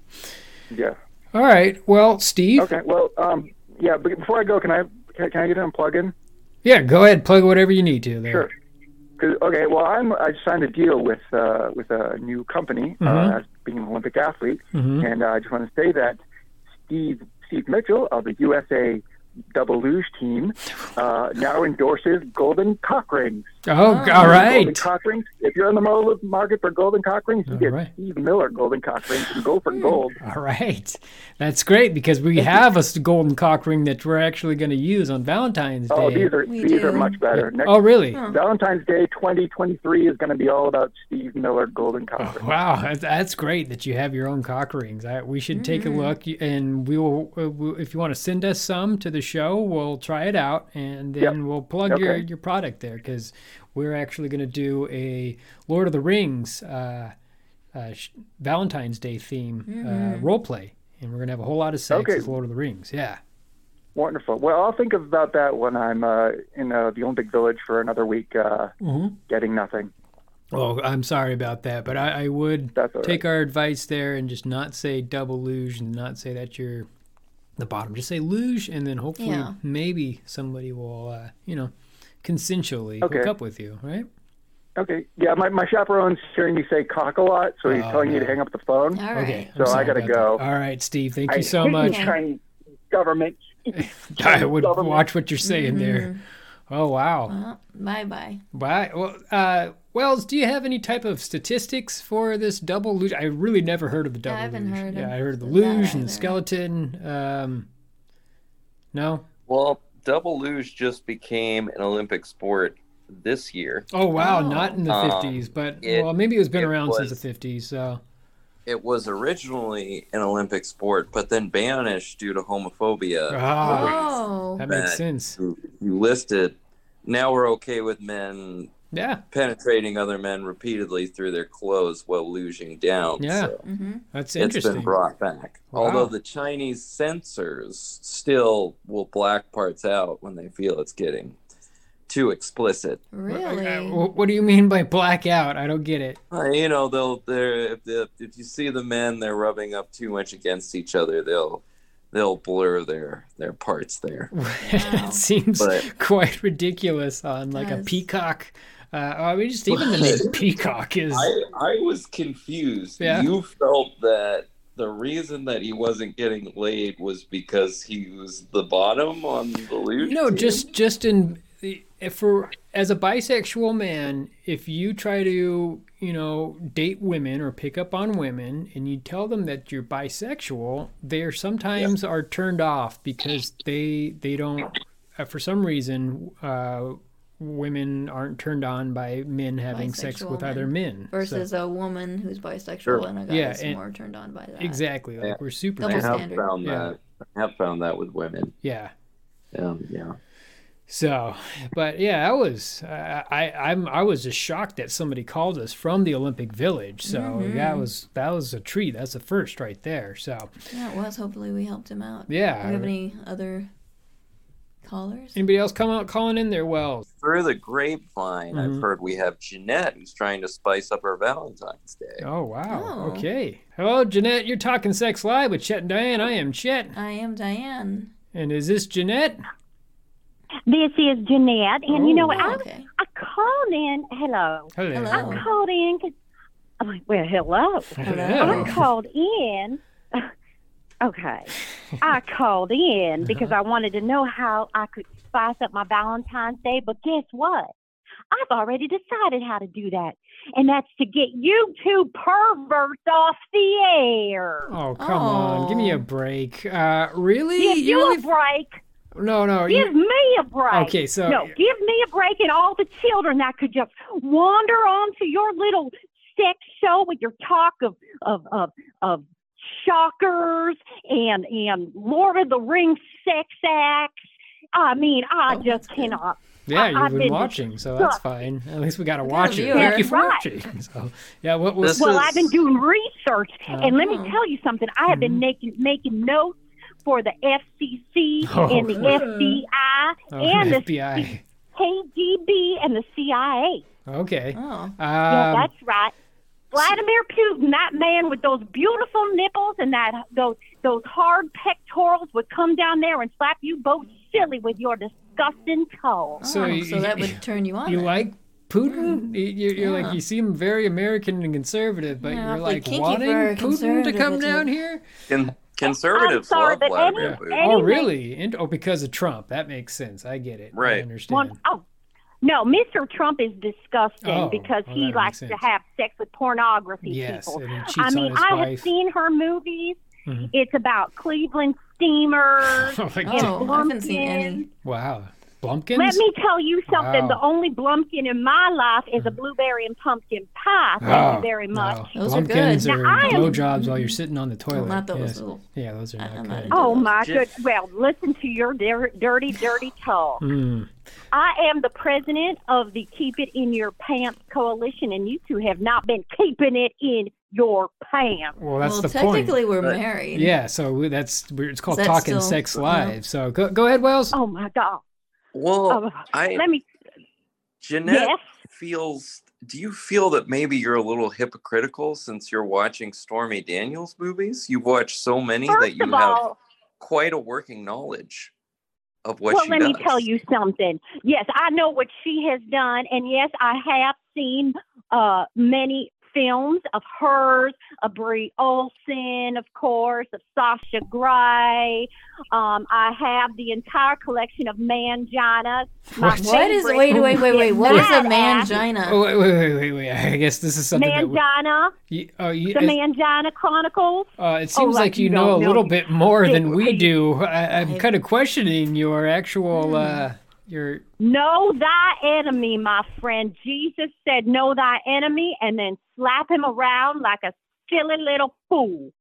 Speaker 4: Yeah.
Speaker 2: all right, well, Steve.
Speaker 4: Okay. Well, um, yeah. But before I go, can I can, can I get an unplug in?
Speaker 2: Yeah, go ahead, plug whatever you need to. There.
Speaker 4: Sure. 'Cause- okay. Well, I'm I signed a deal with uh, with a new company
Speaker 2: Mm-hmm.
Speaker 4: uh, as being an Olympic athlete, and uh, I just want to say that Steve Steve Mitchell of the USA Double Luge team uh, now endorses golden cock rings.
Speaker 2: Oh, all
Speaker 4: Golden
Speaker 2: right.
Speaker 4: cock rings. If you're in the mo- market for golden cock rings, you
Speaker 2: All
Speaker 4: get
Speaker 2: right. Hmm.
Speaker 4: Steve Miller golden cock rings and go for gold.
Speaker 2: All right, that's great because we have a s- golden cock ring that we're actually going to use on Valentine's Day.
Speaker 4: Oh, these are
Speaker 1: We
Speaker 4: these
Speaker 1: do.
Speaker 4: are much better. Next
Speaker 2: Oh, really?
Speaker 4: Valentine's Day 2023 is going to be all about Steve Miller golden
Speaker 2: Oh.
Speaker 4: cock
Speaker 2: *laughs*
Speaker 4: rings.
Speaker 2: Wow, that's- that's great that you have your own cock rings. I, we should take a
Speaker 4: Mm-hmm.
Speaker 2: look, and we will. uh, we- If you want to send us some to the show, we'll try it out, and then we'll plug your,
Speaker 4: Okay.
Speaker 2: your product there because we're actually going to do a Lord of the Rings uh, uh, sh- Valentine's Day theme uh, role play, and we're going to have a whole lot of sex
Speaker 4: Mm-hmm. Okay.
Speaker 2: with Lord of the Rings. Yeah.
Speaker 4: Wonderful. Well, I'll think about that when I'm uh, in uh, the Olympic Village for another week, uh, getting nothing.
Speaker 2: Well, Oh, I'm sorry about that, but I, I would
Speaker 4: That's all right.
Speaker 2: take our advice there and just not say double luge and not say that you're the bottom. Just say luge, and then hopefully
Speaker 1: Yeah.
Speaker 2: maybe somebody will, uh, you know, consensually
Speaker 4: Okay.
Speaker 2: hook up with you, right?
Speaker 4: Okay. Yeah, my, my chaperone's hearing me say cock a lot, so he's
Speaker 2: Oh,
Speaker 4: telling you
Speaker 2: no.
Speaker 4: to hang up the phone.
Speaker 1: All right.
Speaker 2: Okay. I'm
Speaker 4: So I
Speaker 2: sorry
Speaker 4: gotta
Speaker 2: about that.
Speaker 4: go.
Speaker 2: All right, Steve. Thank
Speaker 4: I
Speaker 2: you so
Speaker 4: hate
Speaker 2: much.
Speaker 4: Chinese government.
Speaker 2: *laughs* I would
Speaker 4: government.
Speaker 2: watch what you're saying there.
Speaker 1: Mm-hmm.
Speaker 2: Oh wow.
Speaker 1: Well, bye bye.
Speaker 2: Why? Well, uh, Wells, do you have any type of statistics for this double luge? I really never heard of the
Speaker 1: Yeah,
Speaker 2: double
Speaker 1: I haven't
Speaker 2: luge.
Speaker 1: heard
Speaker 2: yeah,
Speaker 1: of
Speaker 2: I heard of the
Speaker 1: that
Speaker 2: luge and
Speaker 1: either.
Speaker 2: the skeleton. Um, no.
Speaker 3: Well, double luge just became an Olympic sport this year.
Speaker 2: Oh wow,
Speaker 1: Oh.
Speaker 2: not in the
Speaker 3: Um,
Speaker 2: 50s, but
Speaker 3: it-
Speaker 2: well, maybe it's been
Speaker 3: it
Speaker 2: around since
Speaker 3: was-
Speaker 2: the 50s. So
Speaker 3: It was originally an Olympic sport, but then banished due to homophobia.
Speaker 2: Ah,
Speaker 1: Oh.
Speaker 2: that
Speaker 3: Bad.
Speaker 2: makes sense.
Speaker 3: You you listed. Now we're okay with men
Speaker 2: Yeah,
Speaker 3: penetrating other men repeatedly through their clothes while luging down.
Speaker 2: Yeah.
Speaker 3: So
Speaker 1: hmm
Speaker 2: that's
Speaker 3: it's
Speaker 2: interesting.
Speaker 3: been brought back.
Speaker 2: Wow.
Speaker 3: Although the Chinese censors still will black parts out when they feel it's getting too explicit.
Speaker 1: Really?
Speaker 2: Uh, wh- What do you mean by blackout? I don't get it. *laughs*
Speaker 3: Uh, you know, they'll they're if, the, if you see the men, they're rubbing up too much against each other. They'll they'll blur their their parts there.
Speaker 1: Wow.
Speaker 2: it seems
Speaker 3: But-
Speaker 2: quite ridiculous on like a
Speaker 1: Does.
Speaker 2: peacock. Uh, I mean, just
Speaker 3: *laughs*
Speaker 2: even the name peacock is
Speaker 3: I I was confused.
Speaker 2: Yeah.
Speaker 3: You felt that the reason that he wasn't getting laid was because he was the bottom on the loot.
Speaker 2: no, just just in if for as a bisexual man, if you try to you know date women or pick up on women, and you tell them that you're bisexual, they are sometimes are turned off because they they don't uh, for some reason. Uh, Women aren't turned on by men having sex
Speaker 1: Bisexual
Speaker 2: with
Speaker 1: men.
Speaker 2: other men. So-
Speaker 1: Versus a woman who's bisexual
Speaker 3: Sure.
Speaker 1: and a guy
Speaker 2: Yeah,
Speaker 1: is
Speaker 2: and-
Speaker 1: more turned on by that.
Speaker 2: Exactly. Like
Speaker 3: Yeah.
Speaker 2: we're super.
Speaker 3: I
Speaker 1: Double
Speaker 3: have
Speaker 1: standard.
Speaker 3: found
Speaker 2: Yeah.
Speaker 3: that. I have found that with women.
Speaker 2: Yeah.
Speaker 3: Um, yeah.
Speaker 2: So, but yeah, I was uh, I, I I'm I was just shocked that somebody called us from the Olympic Village. So
Speaker 1: Mm-hmm.
Speaker 2: that was that was a treat. That's the first right there. So
Speaker 1: Yeah, it was. Hopefully, we helped him out. Do
Speaker 2: yeah.
Speaker 1: we have any other callers?
Speaker 2: Anybody else come out calling in there? Well,
Speaker 3: Through the grapevine,
Speaker 2: Mhm.
Speaker 3: I've heard we have Jeanette who's trying to spice up her Valentine's Day.
Speaker 2: oh wow.
Speaker 1: Oh.
Speaker 2: Okay. Hello, Jeanette. You're talking sex live with Chet and Diane. I am Chet.
Speaker 1: I am Diane.
Speaker 2: And is this Jeanette?
Speaker 5: This is Jeanette, and you know
Speaker 2: Oh.
Speaker 5: what? I,
Speaker 1: okay.
Speaker 5: I called in. Hello.
Speaker 2: Hello.
Speaker 1: Hello.
Speaker 5: I called in. 'cause- oh, Well, hello.
Speaker 2: Hello.
Speaker 5: I called in. *laughs* Okay. I called in because I wanted to know how I could spice up my Valentine's Day, but guess what? I've already decided how to do that, and that's to get you two perverts off the air.
Speaker 2: Oh come on. Give me a
Speaker 1: Oh.
Speaker 2: break. Uh, really?
Speaker 5: Give
Speaker 2: You
Speaker 5: you a
Speaker 2: really-
Speaker 5: break.
Speaker 2: No, no. you-
Speaker 5: Give me a break.
Speaker 2: Okay, so-
Speaker 5: no, give me a break, and all the children that could just wander on to your little sex show with your talk of of of of shockers and and Lord of the Rings sex acts. I mean, I
Speaker 1: Oh, that's
Speaker 5: just
Speaker 1: good.
Speaker 5: cannot.
Speaker 2: Yeah,
Speaker 5: I-
Speaker 2: you've
Speaker 5: I've
Speaker 2: been,
Speaker 5: been
Speaker 2: watching, so that's fine. At least we got to watch it.
Speaker 1: viewer.
Speaker 2: Thank you for
Speaker 5: Right.
Speaker 2: watching. *laughs* So, yeah, what was?
Speaker 3: This
Speaker 5: Well,
Speaker 3: is-
Speaker 5: I've been doing research, and let me
Speaker 1: Oh.
Speaker 5: tell you something. I have
Speaker 2: Mm-hmm.
Speaker 5: been making making notes for the FCC
Speaker 2: Oh.
Speaker 5: and the FBI
Speaker 2: oh, *laughs*
Speaker 5: and the
Speaker 2: FBI.
Speaker 5: KGB and the CIA.
Speaker 2: Okay.
Speaker 1: Oh.
Speaker 5: Yeah,
Speaker 2: Um,
Speaker 5: that's right. Vladimir Putin, that man with those beautiful nipples and that those those hard pectorals would come down there and slap you both silly with your disgusting toes.
Speaker 2: So
Speaker 1: oh,
Speaker 2: you-
Speaker 1: so that would turn you on.
Speaker 2: you
Speaker 1: then.
Speaker 2: like
Speaker 5: Hmm.
Speaker 2: Putin? You, you're you're like
Speaker 1: Yeah.
Speaker 2: you seem very American and conservative, but
Speaker 1: Yeah,
Speaker 2: you're
Speaker 1: awfully
Speaker 2: like
Speaker 1: kinky
Speaker 2: wanting
Speaker 1: for a
Speaker 2: Putin to
Speaker 1: conservative,
Speaker 2: come
Speaker 1: isn't
Speaker 2: down
Speaker 1: it?
Speaker 2: here.
Speaker 3: Con- conservatives
Speaker 5: I'm sorry,
Speaker 3: love
Speaker 5: but
Speaker 3: Vladimir
Speaker 5: any-
Speaker 3: Putin.
Speaker 5: any-
Speaker 2: Oh,
Speaker 5: Anyway.
Speaker 2: really? And, oh, because of Trump. That makes sense. I get it. I
Speaker 3: Right.
Speaker 2: understand.
Speaker 5: One- oh, no, Mr. Trump is disgusting
Speaker 2: Oh,
Speaker 5: because
Speaker 2: well, that
Speaker 5: he
Speaker 2: makes
Speaker 5: likes
Speaker 2: sense.
Speaker 5: to have sex with pornography
Speaker 2: yes,
Speaker 5: people.
Speaker 2: and he cheats
Speaker 5: I
Speaker 2: on
Speaker 5: mean,
Speaker 2: his
Speaker 5: I have
Speaker 2: wife.
Speaker 5: seen her movies.
Speaker 2: Mhm.
Speaker 5: It's about Cleveland
Speaker 2: *laughs*
Speaker 5: steamers.
Speaker 2: Oh, *laughs* like,
Speaker 1: Oh, I haven't seen any.
Speaker 2: wow, Blumpkins.
Speaker 5: Let me tell you something.
Speaker 2: Wow.
Speaker 5: The only Blumpkin in my life is a blueberry and pumpkin pie. Thank
Speaker 2: oh,
Speaker 5: you very much.
Speaker 2: No.
Speaker 1: Those are good.
Speaker 2: Blumpkins
Speaker 5: Now,
Speaker 2: are,
Speaker 5: I am-
Speaker 2: blowjobs while you're sitting on the toilet.
Speaker 1: Well, not those
Speaker 2: Yes.
Speaker 1: little.
Speaker 2: Yeah, those
Speaker 1: I-
Speaker 2: are not
Speaker 1: I'm
Speaker 2: good.
Speaker 1: not
Speaker 5: Oh my
Speaker 3: Just-
Speaker 5: good. Well, listen to your dir- dirty, dirty talk.
Speaker 2: Mm.
Speaker 5: I am the president of the Keep It in Your Pants Coalition, and you two have not been keeping it in your pants.
Speaker 2: Well, that's
Speaker 1: well,
Speaker 2: the point.
Speaker 1: technically, we're
Speaker 3: Right.
Speaker 1: married.
Speaker 2: Yeah, so we- that's we're- it's called
Speaker 1: that
Speaker 2: talking
Speaker 1: still-
Speaker 2: sex
Speaker 1: no.
Speaker 2: live. So go go ahead, Wells.
Speaker 5: Oh my God.
Speaker 3: Well,
Speaker 5: Oh,
Speaker 3: I
Speaker 5: let me.
Speaker 3: Jeanette
Speaker 5: Yes.
Speaker 3: feels. Do you feel that maybe you're a little hypocritical since you're watching Stormy Daniels movies? You've watched so many that
Speaker 5: First
Speaker 3: you
Speaker 5: of
Speaker 3: have
Speaker 5: all,
Speaker 3: quite a working knowledge. of what
Speaker 5: well,
Speaker 3: she
Speaker 5: let
Speaker 3: does.
Speaker 5: me tell you something. Yes, I know what she has done, and yes, I have seen uh, many films of hers, of Brie Olson, of course, of Sasha Grey. Um, I have the entire collection of Mangina. My
Speaker 2: What?
Speaker 1: What is?
Speaker 5: favorite
Speaker 1: Wait, wait, wait, wait. *laughs* What is a
Speaker 5: Mad at-
Speaker 1: mangina?
Speaker 2: Oh, wait, wait, wait, wait, wait. I guess this is something that
Speaker 5: Mangina,
Speaker 2: we, you, oh, you,
Speaker 5: the Mangina Chronicles.
Speaker 2: uh, it seems
Speaker 5: like
Speaker 2: like you
Speaker 5: you
Speaker 2: know a
Speaker 5: don't know
Speaker 2: little
Speaker 5: these
Speaker 2: bit more than
Speaker 5: things.
Speaker 2: we do. I, I'm
Speaker 1: I- Hmm.
Speaker 2: kind of questioning your actual, uh, your.
Speaker 5: Know thy enemy, my friend. Jesus said, Know thy enemy, and then slap him around like a silly little fool.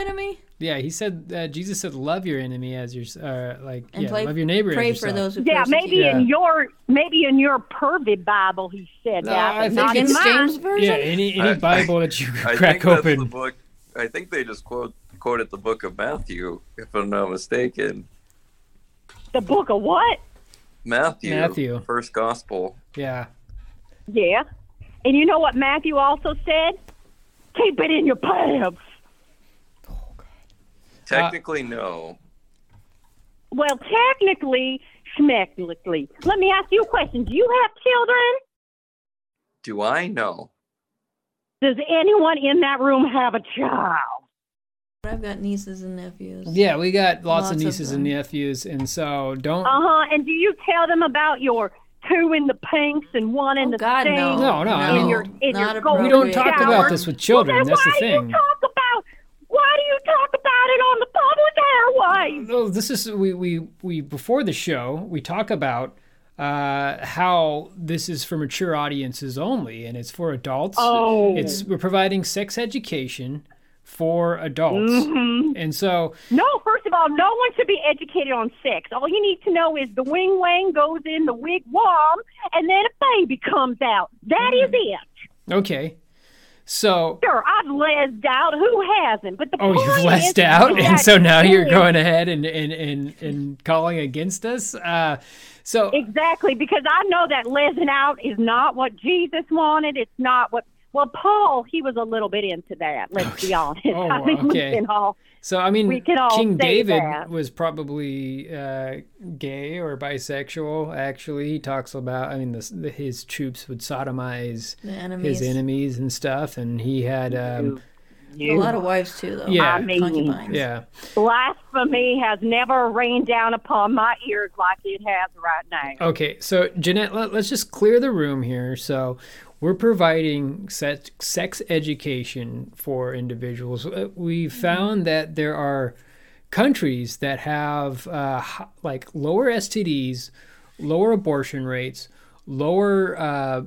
Speaker 1: Enemy?
Speaker 2: Yeah, he said uh, Jesus said, "Love your enemy as your uh, like
Speaker 1: And
Speaker 2: yeah,
Speaker 1: play-
Speaker 2: love your neighbor."
Speaker 1: Pray
Speaker 2: as
Speaker 1: for those
Speaker 2: yourself.
Speaker 1: who
Speaker 5: Yeah,
Speaker 1: persecute
Speaker 5: maybe
Speaker 1: you.
Speaker 5: in your maybe in your pervy Bible he said
Speaker 2: No,
Speaker 5: that,
Speaker 2: I think
Speaker 5: but not in
Speaker 1: King
Speaker 2: it's-
Speaker 1: James
Speaker 5: mine.
Speaker 1: version.
Speaker 2: Yeah, any any
Speaker 3: I-
Speaker 2: Bible that you
Speaker 3: I
Speaker 2: crack
Speaker 3: think that's the
Speaker 2: open.
Speaker 3: book. I think they just quote quoted the book of Matthew, if I'm not mistaken.
Speaker 5: The book of what?
Speaker 3: Matthew,
Speaker 2: Matthew.
Speaker 3: first gospel.
Speaker 2: Yeah,
Speaker 5: Yeah. And you know what Matthew also said? Keep it in your pants.
Speaker 1: Oh,
Speaker 2: Uh,
Speaker 3: Technically, no.
Speaker 5: Well, technically, schmecknically. Let me ask you a question. Do you have children?
Speaker 3: Do I know?
Speaker 5: Does anyone in that room have a child?
Speaker 1: But I've got nieces and nephews.
Speaker 2: yeah, we got lots,
Speaker 1: Lots
Speaker 2: of
Speaker 1: of
Speaker 2: nieces and
Speaker 1: them.
Speaker 2: nephews, and so don't.
Speaker 5: Uh huh. And do you tell them about your two in the pinks and one in
Speaker 1: Oh,
Speaker 5: the
Speaker 1: God,
Speaker 5: stinks?
Speaker 1: no.
Speaker 2: No, no, I
Speaker 5: In
Speaker 2: mean-
Speaker 5: your, in
Speaker 1: Not
Speaker 5: your golden
Speaker 2: we don't talk
Speaker 5: shower?
Speaker 2: about this with children.
Speaker 5: Well, then
Speaker 2: That's the
Speaker 5: why
Speaker 2: thing.
Speaker 5: Do you talk about why do you talk about it on the public airways?
Speaker 2: No, this is we we we before the show we talk about uh, how this is for mature audiences only, and it's for adults.
Speaker 5: Oh.
Speaker 2: it's we're providing sex education for adults, and so
Speaker 5: No, first of all, no one should be educated on sex. All you need to know is the wing wang goes in the wigwam, and then a baby comes out. That is
Speaker 2: Mm.
Speaker 5: it.
Speaker 2: okay, so
Speaker 5: Sure, I've lesed out. Who hasn't? But the
Speaker 2: oh,
Speaker 5: point
Speaker 2: you've
Speaker 5: is-
Speaker 2: left out,
Speaker 5: is
Speaker 2: and
Speaker 5: that
Speaker 2: so now you're
Speaker 5: kids-
Speaker 2: going ahead and and and, and calling against us. Uh, so
Speaker 5: Exactly, because I know that lesing out is not what Jesus wanted. It's not what. Well, Paul, he was a little bit into that. Let's be honest. *laughs*
Speaker 2: Oh,
Speaker 5: I mean,
Speaker 2: okay.
Speaker 5: we can all
Speaker 2: So I mean,
Speaker 5: We can all
Speaker 2: King
Speaker 5: say
Speaker 2: David
Speaker 5: that.
Speaker 2: was probably uh, gay or bisexual. Actually, he talks about. I mean, this, his troops would sodomize
Speaker 1: The enemies.
Speaker 2: his enemies and stuff, and he had. Um,
Speaker 1: A lot of wives too, though.
Speaker 2: Yeah.
Speaker 5: I mean-
Speaker 1: Concubines.
Speaker 2: yeah,
Speaker 5: Blasphemy has never rained down upon my ears like it has right now.
Speaker 2: Okay, so Jeanette, let, us just clear the room here. So, we're providing sex, sex education for individuals. Uh, We found that there are countries that have uh, h- like lower STDs, lower abortion rates, lower uh,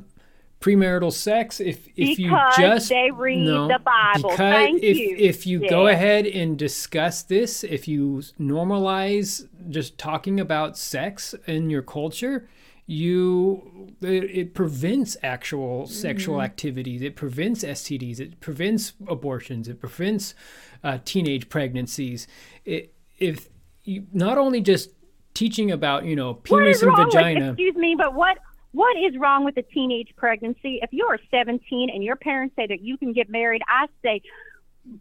Speaker 2: premarital sex. If if you
Speaker 5: Because
Speaker 2: just
Speaker 5: they read the Bible.
Speaker 2: because
Speaker 5: Thank
Speaker 2: if
Speaker 5: you.
Speaker 2: if you go
Speaker 5: Yeah.
Speaker 2: ahead and discuss this, if you normalize just talking about sex in your culture, you it, it prevents actual
Speaker 5: Mm-hmm.
Speaker 2: sexual activities. It prevents STDs. It prevents abortions. It prevents uh, teenage pregnancies. It, if you, not only just teaching about you know
Speaker 5: What
Speaker 2: penis
Speaker 5: is
Speaker 2: and
Speaker 5: wrong
Speaker 2: vagina.
Speaker 5: with excuse me, but what what is wrong with a teenage pregnancy? If you are 17 and your parents say that you can get married, I say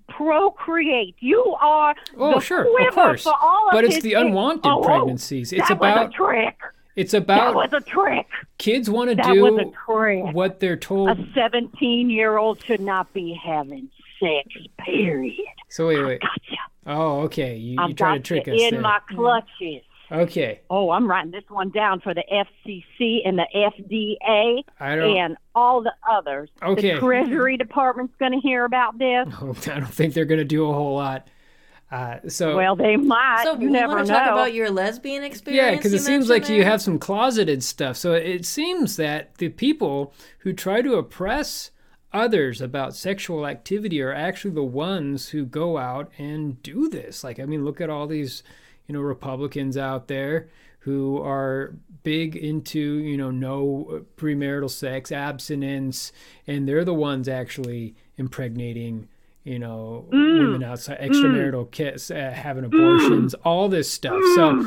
Speaker 5: procreate. You are
Speaker 2: Oh,
Speaker 5: the
Speaker 2: sure,
Speaker 5: quiver
Speaker 2: of course.
Speaker 5: for all of
Speaker 2: But it's
Speaker 5: his
Speaker 2: the
Speaker 5: things.
Speaker 2: unwanted
Speaker 5: Oh, oh,
Speaker 2: pregnancies. It's
Speaker 5: that
Speaker 2: about
Speaker 5: was a trick.
Speaker 2: it's
Speaker 5: That
Speaker 2: about
Speaker 5: was a trick.
Speaker 2: kids want to
Speaker 5: That was
Speaker 2: do
Speaker 5: a trick.
Speaker 2: what they're
Speaker 5: A
Speaker 2: told.
Speaker 5: 17 year old should not be having sex. Period.
Speaker 2: So wait, wait.
Speaker 5: Gotcha.
Speaker 2: Oh, okay. You, you
Speaker 5: I've
Speaker 2: try
Speaker 5: got
Speaker 2: to trick
Speaker 5: you
Speaker 2: us.
Speaker 5: in
Speaker 2: there.
Speaker 5: my clutches.
Speaker 2: Okay.
Speaker 5: Oh, I'm writing this one down for the FCC and the FDA
Speaker 2: I don't.
Speaker 5: and all the others.
Speaker 2: Okay.
Speaker 5: The Treasury Department's going to hear about this.
Speaker 2: *laughs* I don't think they're gonna do a whole lot. Uh, so
Speaker 5: Well, they might.
Speaker 1: So we
Speaker 5: you never
Speaker 1: want
Speaker 5: know.
Speaker 1: to talk about your lesbian experience.
Speaker 2: yeah, because
Speaker 1: you
Speaker 2: it seems
Speaker 1: mentioned
Speaker 2: like you
Speaker 1: there?
Speaker 2: have some closeted stuff. So it seems that the people who try to oppress others about sexual activity are actually the ones who go out and do this. Like, I mean, look at all these, you know, Republicans out there who are big into, you know, no premarital sex, abstinence, and they're the ones actually impregnating. You know, women outside extramarital kiss, uh, having abortions, all this stuff. So,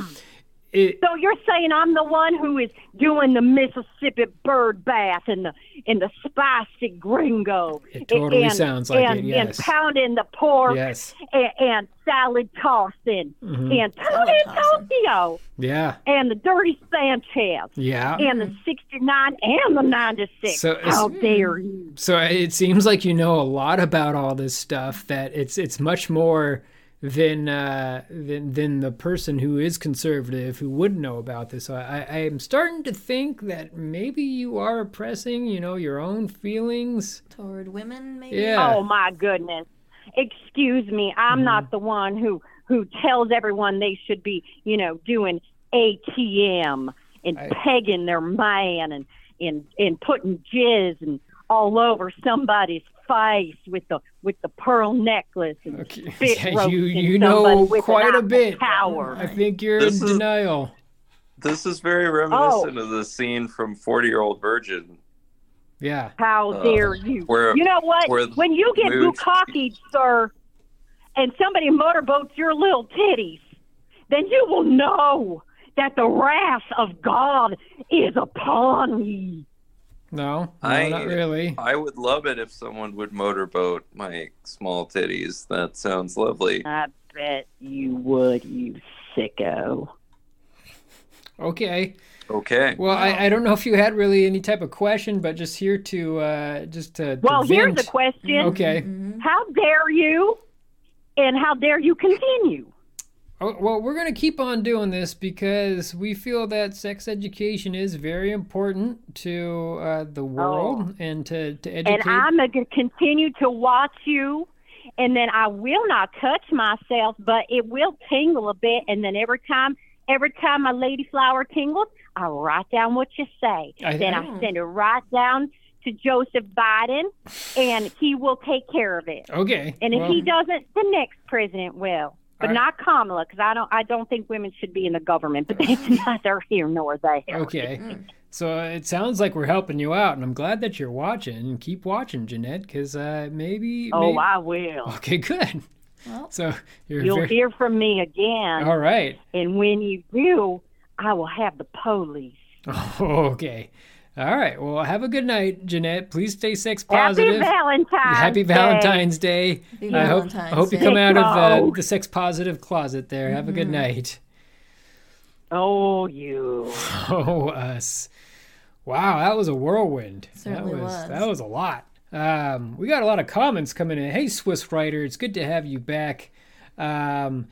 Speaker 2: It,
Speaker 5: So you're saying I'm the one who is doing the Mississippi bird bath and the and the spicy gringo.
Speaker 2: It totally
Speaker 5: and,
Speaker 2: sounds like it,
Speaker 5: and,
Speaker 2: yes.
Speaker 5: And pounding the pork
Speaker 2: yes.
Speaker 5: and, and salad tossing
Speaker 2: Mhm.
Speaker 5: and
Speaker 1: Salad
Speaker 5: Tony
Speaker 1: tossing.
Speaker 5: Tokyo
Speaker 2: Yeah.
Speaker 5: and the Dirty Sanchez
Speaker 2: Yeah.
Speaker 5: and the 69 and the
Speaker 2: Mm-hmm.
Speaker 5: 96.
Speaker 2: So it's- Mm.
Speaker 5: How dare you?
Speaker 2: So it seems like you know a lot about all this stuff. That it's it's much more than uh, than than the person who is conservative who would know about this. So I, I am starting to think that maybe you are oppressing, you know, your own feelings.
Speaker 1: Toward women, maybe?
Speaker 2: Yeah. Mm-hmm.
Speaker 5: Oh my goodness. Excuse me, I'm not the one who who tells everyone they should be, you know, doing ATM and
Speaker 2: I-
Speaker 5: pegging their man and and and putting jizz and all over somebody's face with the with the pearl necklace and
Speaker 2: Okay. *laughs*
Speaker 5: spit
Speaker 2: Yeah,
Speaker 5: roasting
Speaker 2: you you
Speaker 5: somebody
Speaker 2: know
Speaker 5: with an
Speaker 2: quite a
Speaker 5: ivory
Speaker 2: bit. *laughs*
Speaker 5: Tower.
Speaker 2: I think you're
Speaker 3: This
Speaker 2: in
Speaker 3: is-
Speaker 2: denial.
Speaker 3: This is very
Speaker 2: Oh.
Speaker 3: reminiscent of the scene from 40 Year Old Virgin.
Speaker 2: Yeah.
Speaker 5: How
Speaker 3: Uh,
Speaker 5: dare you?
Speaker 3: where-
Speaker 5: you know what?
Speaker 3: where
Speaker 5: When you get
Speaker 3: moods-
Speaker 5: bukkake, sir, and somebody motorboats your little titties, then you will know that the wrath of God is upon ye.
Speaker 2: No. No,
Speaker 3: I-
Speaker 2: not really.
Speaker 3: I would love it if someone would motorboat my small titties. That sounds lovely.
Speaker 5: I bet you would, you sicko.
Speaker 2: Okay.
Speaker 3: Okay.
Speaker 2: Well, I, I don't know if you had really any type of question, but just here to uh, just to, to
Speaker 5: Well, here's
Speaker 2: vent.
Speaker 5: a question.
Speaker 2: Okay.
Speaker 1: Mhm.
Speaker 5: How dare you? And how dare you continue?
Speaker 2: Oh, well, we're gonna keep on doing this because we feel that sex education is very important to uh, the world and to to educate.
Speaker 5: Oh. and I'm going to continue to watch you. And then I will not touch myself, but it will tingle a bit. And then every time, every time my lady flower tingles, I write down what you say.
Speaker 2: I-
Speaker 5: then
Speaker 1: Oh.
Speaker 5: I send it right down to Joseph Biden, and he will take care of it.
Speaker 2: okay.
Speaker 5: And if
Speaker 2: well,
Speaker 5: he doesn't, the next president will. But
Speaker 2: I-
Speaker 5: not Kamala, because I don't. I don't think women should be in the government. But that's *laughs* neither here nor there.
Speaker 2: Okay.
Speaker 5: Hmm.
Speaker 1: Mm.
Speaker 2: So uh, it sounds like we're helping you out, and I'm glad that you're watching. Keep watching, Jeanette, because uh, maybe.
Speaker 5: Oh,
Speaker 2: maybe... *laughs*
Speaker 5: I will.
Speaker 2: Okay, good.
Speaker 1: Well,
Speaker 2: So you're
Speaker 5: You'll
Speaker 2: very...
Speaker 5: hear from me
Speaker 2: *laughs*
Speaker 5: again.
Speaker 2: all right.
Speaker 5: And when you do, I will have the police.
Speaker 2: okay. All right. Well, have a good night, Jeanette. Please stay sex
Speaker 5: Happy
Speaker 2: positive.
Speaker 5: Valentine's.
Speaker 2: Happy
Speaker 5: Day.
Speaker 2: Valentine's Day.
Speaker 1: Happy
Speaker 2: I hope, I
Speaker 1: Valentine's
Speaker 2: hope you
Speaker 1: Day. Mm-hmm.
Speaker 2: come out of uh,
Speaker 5: Oh.
Speaker 2: the sex positive closet there. Have a good night. *laughs*
Speaker 5: Oh, you.
Speaker 2: Oh, us. Wow, that was a whirlwind.
Speaker 1: Certainly
Speaker 2: that was,
Speaker 1: was.
Speaker 2: That was a lot. Um, we got a lot of comments coming in. Hey, Swiss Writer, it's good to have you back. Um,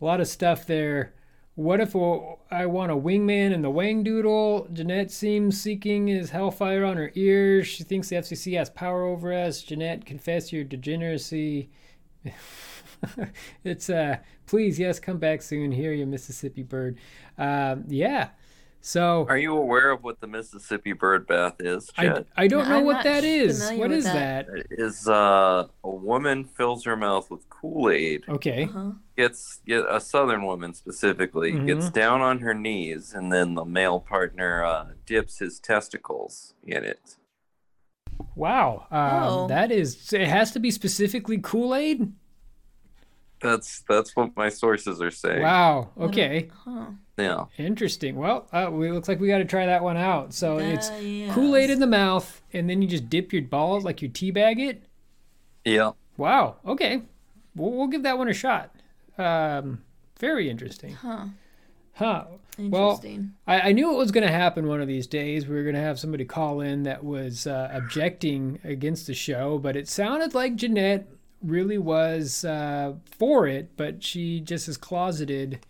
Speaker 2: a lot of stuff there. What if I want a wingman and the wang doodle? Jeanette seems seeking his hellfire on her ears. She thinks the FCC has power over us. Jeanette, confess your degeneracy. *laughs* it's uh, please, yes, come back soon. Here, you Mississippi bird. Um, yeah. So
Speaker 3: Are you aware of what the Mississippi bird bath is,
Speaker 2: I,
Speaker 3: Chet?
Speaker 2: I don't
Speaker 1: No,
Speaker 2: know
Speaker 1: I'm
Speaker 2: what
Speaker 1: not
Speaker 2: that is.
Speaker 1: familiar
Speaker 2: What
Speaker 1: with
Speaker 2: is that?
Speaker 1: that.
Speaker 3: It is uh, a woman fills her mouth with Kool Aid.
Speaker 2: Okay.
Speaker 1: uh-huh.
Speaker 3: Gets get, a Southern woman specifically
Speaker 2: Mm-hmm.
Speaker 3: gets down on her knees, and then the male partner uh, dips his testicles in it.
Speaker 2: Wow. Um,
Speaker 1: Oh.
Speaker 2: That is. It has to be specifically Kool Aid.
Speaker 3: That's that's what my sources are saying.
Speaker 2: Wow. Okay.
Speaker 1: Huh.
Speaker 3: Yeah.
Speaker 2: Interesting. Well, uh, we looks like we got to try that one out. So Oh, it's
Speaker 1: Uh, yes.
Speaker 2: Kool Aid in the mouth, and then you just dip your balls like you teabag it.
Speaker 3: Yeah.
Speaker 2: Wow. Okay. We'll, we'll give that one a shot. Um, very interesting.
Speaker 1: Huh.
Speaker 2: Huh. Well,
Speaker 1: Interesting.
Speaker 2: I, I knew it was going to happen one of these days. We were going to have somebody call in that was uh, objecting against the show, but it sounded like Jeanette really was uh, for it, but she just is closeted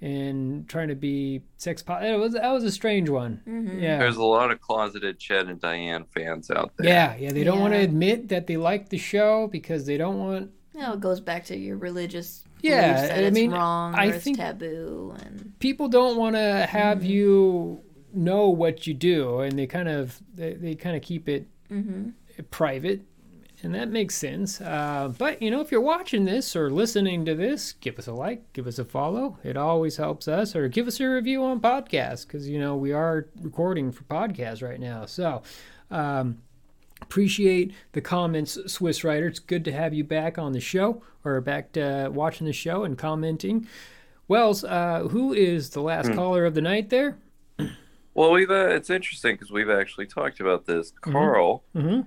Speaker 2: and trying to be sex. Po- it was that was a strange one. Yeah.
Speaker 3: There's a lot of closeted Chet and Diane fans out there.
Speaker 2: yeah, yeah, they don't want to
Speaker 1: Yeah.
Speaker 2: admit that they like the show because they don't want.
Speaker 1: No, it goes back to your religious
Speaker 2: Yeah,
Speaker 1: beliefs that
Speaker 2: I
Speaker 1: it's
Speaker 2: mean,
Speaker 1: wrong
Speaker 2: I
Speaker 1: or it's
Speaker 2: think-
Speaker 1: taboo and
Speaker 2: People don't want to have you know what you do, and they kind of they, they kind of keep it
Speaker 1: hmm
Speaker 2: private, and that makes sense. Uh, but you know, if you're watching this or listening to this, give us a like, give us a follow. It always helps us, or give us a review on podcast because you know we are recording for podcast right now. So. Um, appreciate the comments, Swiss Writer. It's good to have you back on the show or back to watching the show and commenting. Wells, uh, who is the last caller of the night there?
Speaker 6: Well, we've uh, it's interesting because we've actually talked about this. Carl
Speaker 2: Mm-hmm.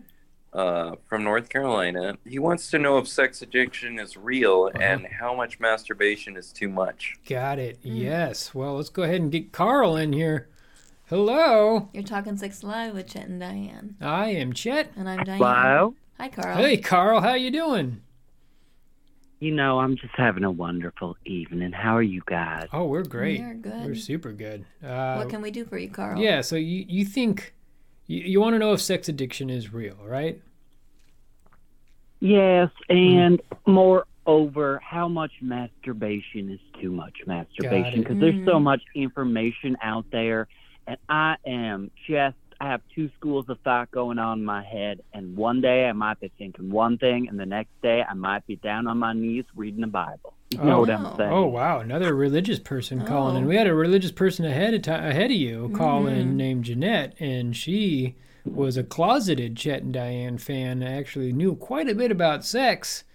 Speaker 6: uh, from North Carolina, he wants to know if sex addiction is real
Speaker 2: Uh-huh.
Speaker 6: and how much masturbation is too much.
Speaker 2: Got it. Yes. Well, let's go ahead and get Carl in here. Hello.
Speaker 1: You're talking Six Live with Chet and Diane.
Speaker 2: I am Chet.
Speaker 1: And I'm Diane.
Speaker 5: Hello?
Speaker 1: Hi, Carl.
Speaker 2: Hey, Carl. How you doing?
Speaker 5: You know, I'm just having a wonderful evening. How are you guys?
Speaker 2: Oh, we're great.
Speaker 1: We are good.
Speaker 2: We're super good. Uh,
Speaker 1: what can we do for you, Carl?
Speaker 2: yeah. So you you think you, you want to know if sex addiction is real, right?
Speaker 5: Yes,
Speaker 2: Mm-hmm.
Speaker 5: and moreover, how much masturbation is too much masturbation?
Speaker 2: Got it. Mm-hmm.
Speaker 5: Because there's so much information out there, and I am just. I have two schools of thought going on in my head, and one day I might be thinking one thing, and the next day I might be down on my knees reading the Bible. You know
Speaker 2: Oh.
Speaker 5: what I'm saying?
Speaker 2: Oh wow, another religious person calling in.
Speaker 1: Oh.
Speaker 2: We had a religious person ahead of ti ahead of you call
Speaker 5: Mm-hmm.
Speaker 2: in named Jeanette, and she was a closeted Chet and Diane fan. Actually, knew quite a bit about sex,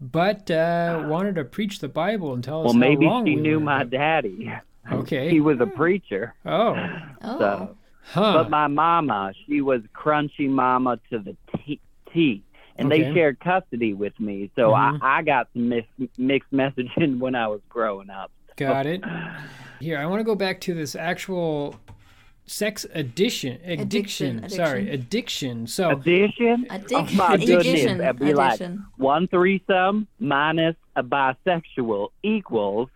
Speaker 2: but uh, wanted to preach the Bible and tell us
Speaker 5: well,
Speaker 2: how
Speaker 5: maybe
Speaker 2: wrong
Speaker 5: she
Speaker 2: we
Speaker 5: knew
Speaker 2: were.
Speaker 5: my daddy. *laughs*
Speaker 2: *laughs*
Speaker 5: He
Speaker 2: Okay.
Speaker 5: was a preacher.
Speaker 2: Oh.
Speaker 1: Oh.
Speaker 5: So.
Speaker 2: Huh.
Speaker 5: But my mama, she was crunchy mama to the T. T. And
Speaker 2: Okay. Mm-hmm.
Speaker 5: they shared custody with me, so I, I got some mis- mixed messaging when I was growing up.
Speaker 2: Got it. Here, I want to go back to this actual sex addiction, addiction,
Speaker 1: Addiction,
Speaker 2: sorry, addiction. So,
Speaker 5: Addition?
Speaker 1: Addic-
Speaker 5: Oh my goodness.
Speaker 1: addiction,
Speaker 5: That'd be like
Speaker 1: addiction.
Speaker 5: one threesome minus a bisexual equals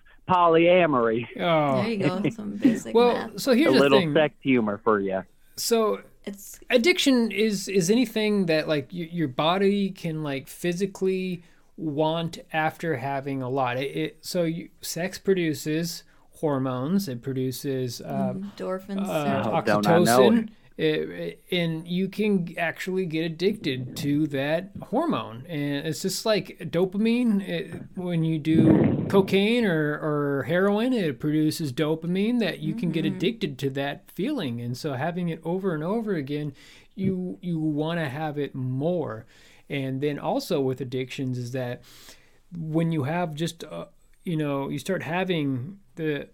Speaker 5: polyamory.
Speaker 2: oh,
Speaker 1: There you go.
Speaker 5: *laughs*
Speaker 1: Some basic
Speaker 2: well,
Speaker 1: math.
Speaker 2: so
Speaker 5: a
Speaker 2: here's the
Speaker 5: little
Speaker 2: thing.
Speaker 5: sex humor for you.
Speaker 2: So,
Speaker 1: It's
Speaker 2: addiction is is anything that like y- your body can like physically want after having a lot. It, it so you, sex produces hormones. It produces uh,
Speaker 1: endorphins.
Speaker 2: uh,
Speaker 5: Oh, don't I know
Speaker 2: oxytocin, eh, eh, and you can actually get addicted to that hormone. And it's just like dopamine. It, when you do cocaine or, or heroin, it produces dopamine that you can get addicted to that feeling. And so having it over and over again, you you want to have it more. And then also with addictions is that when you have just uh, you know you start having the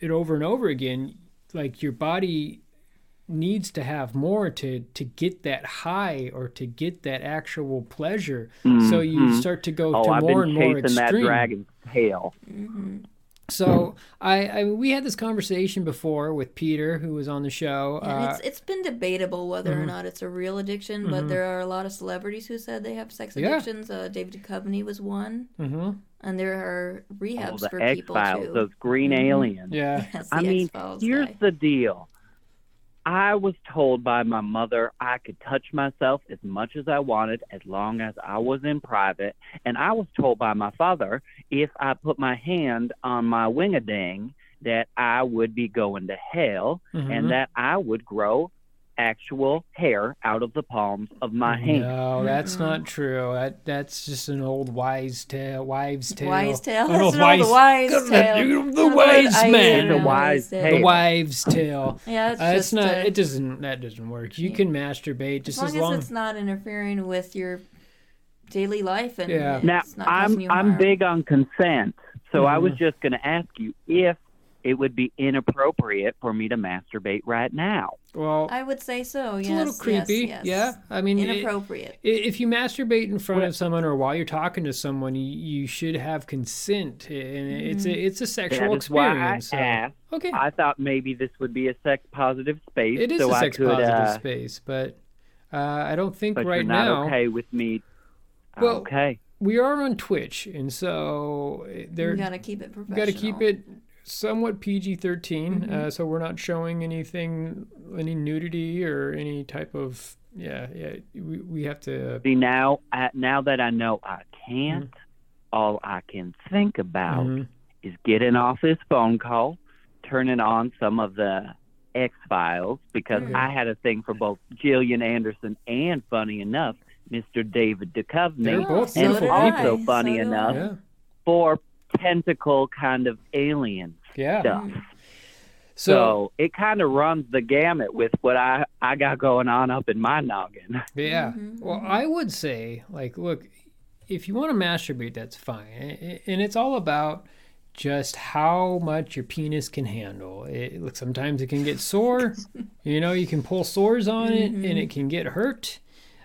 Speaker 2: it over and over again like your body needs to have more to to get that high or to get that actual pleasure so you start to go
Speaker 5: Oh,
Speaker 2: to
Speaker 5: I've
Speaker 2: more
Speaker 5: been
Speaker 2: and more
Speaker 5: chasing that
Speaker 2: extreme
Speaker 5: dragon's tail.
Speaker 2: so I, I we had this conversation before with peter who was on the show
Speaker 1: And
Speaker 2: uh, mm-hmm.
Speaker 1: it's it's been debatable whether or not it's a real addiction, but there are a lot of celebrities who said they have sex
Speaker 2: Yeah.
Speaker 1: addictions. Uh, David Duchovny was one,
Speaker 2: mhm.
Speaker 1: and there are
Speaker 5: Oh,
Speaker 1: rehabs
Speaker 5: the
Speaker 1: for
Speaker 5: X
Speaker 1: people
Speaker 5: Files,
Speaker 1: too.
Speaker 5: those green
Speaker 2: Mm-hmm.
Speaker 5: aliens.
Speaker 2: yeah
Speaker 1: *laughs* That's the
Speaker 5: I mean,
Speaker 1: X-Files
Speaker 5: here's
Speaker 1: guy.
Speaker 5: the deal. I was told by my mother I could touch myself as much as I wanted as long as I was in private. And I was told by my father if I put my hand on my wingading that I would be going to hell
Speaker 2: mhm.
Speaker 1: Mm-hmm.
Speaker 5: and that I would grow actual hair out of the palms of my hands.
Speaker 2: Mm-hmm. No, that's not true. That that's just an old wise tale. Wives tale.
Speaker 1: Wise tale.
Speaker 2: An
Speaker 1: That's
Speaker 2: old
Speaker 1: an old wise
Speaker 2: God,
Speaker 1: tale.
Speaker 2: you-
Speaker 1: *laughs*
Speaker 2: The
Speaker 1: That's what
Speaker 2: wise
Speaker 1: I
Speaker 2: man.
Speaker 1: am,
Speaker 5: The wise
Speaker 2: The
Speaker 5: tale.
Speaker 2: wives tale.
Speaker 1: Yeah, it's
Speaker 2: Uh, it's
Speaker 1: just
Speaker 2: not.
Speaker 1: uh,
Speaker 2: it doesn't. That doesn't work. You can masturbate
Speaker 1: as
Speaker 2: just
Speaker 1: long as,
Speaker 2: as long.
Speaker 1: it's not interfering with your daily life and
Speaker 2: Yeah.
Speaker 1: it's
Speaker 5: Now,
Speaker 1: not causing
Speaker 5: I'm
Speaker 1: you
Speaker 5: I'm
Speaker 1: harm.
Speaker 5: big on consent, so I was
Speaker 1: Mm-hmm.
Speaker 5: just going to ask you if it would be inappropriate for me to masturbate right now.
Speaker 2: well,
Speaker 1: I would say so.
Speaker 2: it's
Speaker 1: Oh, yes,
Speaker 2: a little creepy.
Speaker 1: Yes, yes.
Speaker 2: Yeah. I mean, it-
Speaker 1: Inappropriate.
Speaker 2: i- if you masturbate in front of someone or while you're talking to someone, you, you should have consent, and it's
Speaker 1: Mm-hmm.
Speaker 2: a it's a sexual
Speaker 5: that is why I
Speaker 2: experience. so-
Speaker 5: asked.
Speaker 2: Okay.
Speaker 5: I thought maybe this would be a sex positive space,
Speaker 2: it is
Speaker 5: so
Speaker 2: a
Speaker 5: I
Speaker 2: sex
Speaker 5: could.
Speaker 2: positive
Speaker 5: uh,
Speaker 2: space, but uh, I don't think
Speaker 5: but
Speaker 2: right
Speaker 5: you're not
Speaker 2: now.
Speaker 5: okay with me.
Speaker 2: Well,
Speaker 5: okay.
Speaker 2: we are on Twitch, and so eh, there
Speaker 1: You gotta keep it professional.
Speaker 2: got to keep it somewhat PG 13, uh, so we're not showing anything, any nudity or any type of yeah yeah. We, we have to
Speaker 5: See now, I, now that I know I can't,
Speaker 2: Mm-hmm.
Speaker 5: all I can think about
Speaker 2: Mhm.
Speaker 5: is getting off this phone call, turning on some of the X Files because
Speaker 2: Mm-hmm.
Speaker 5: I had a thing for both Gillian Anderson and, funny enough, Mr. David
Speaker 2: They're
Speaker 5: Duchovny,
Speaker 2: both
Speaker 1: so
Speaker 5: and
Speaker 2: beautiful
Speaker 1: did I,
Speaker 5: also
Speaker 1: so
Speaker 5: funny
Speaker 1: did I.
Speaker 5: enough,
Speaker 2: yeah
Speaker 5: for tentacle kind of alien
Speaker 2: yeah.
Speaker 5: stuff.
Speaker 2: So,
Speaker 5: So, it kind of runs the gamut with what I I got going on up in my noggin.
Speaker 2: yeah. Well, I would say like look, if you want to masturbate, that's fine, A- a- and it's all about just how much your penis can handle. It look, sometimes it can get sore. you know, you can pull sores on it, and it can get hurt.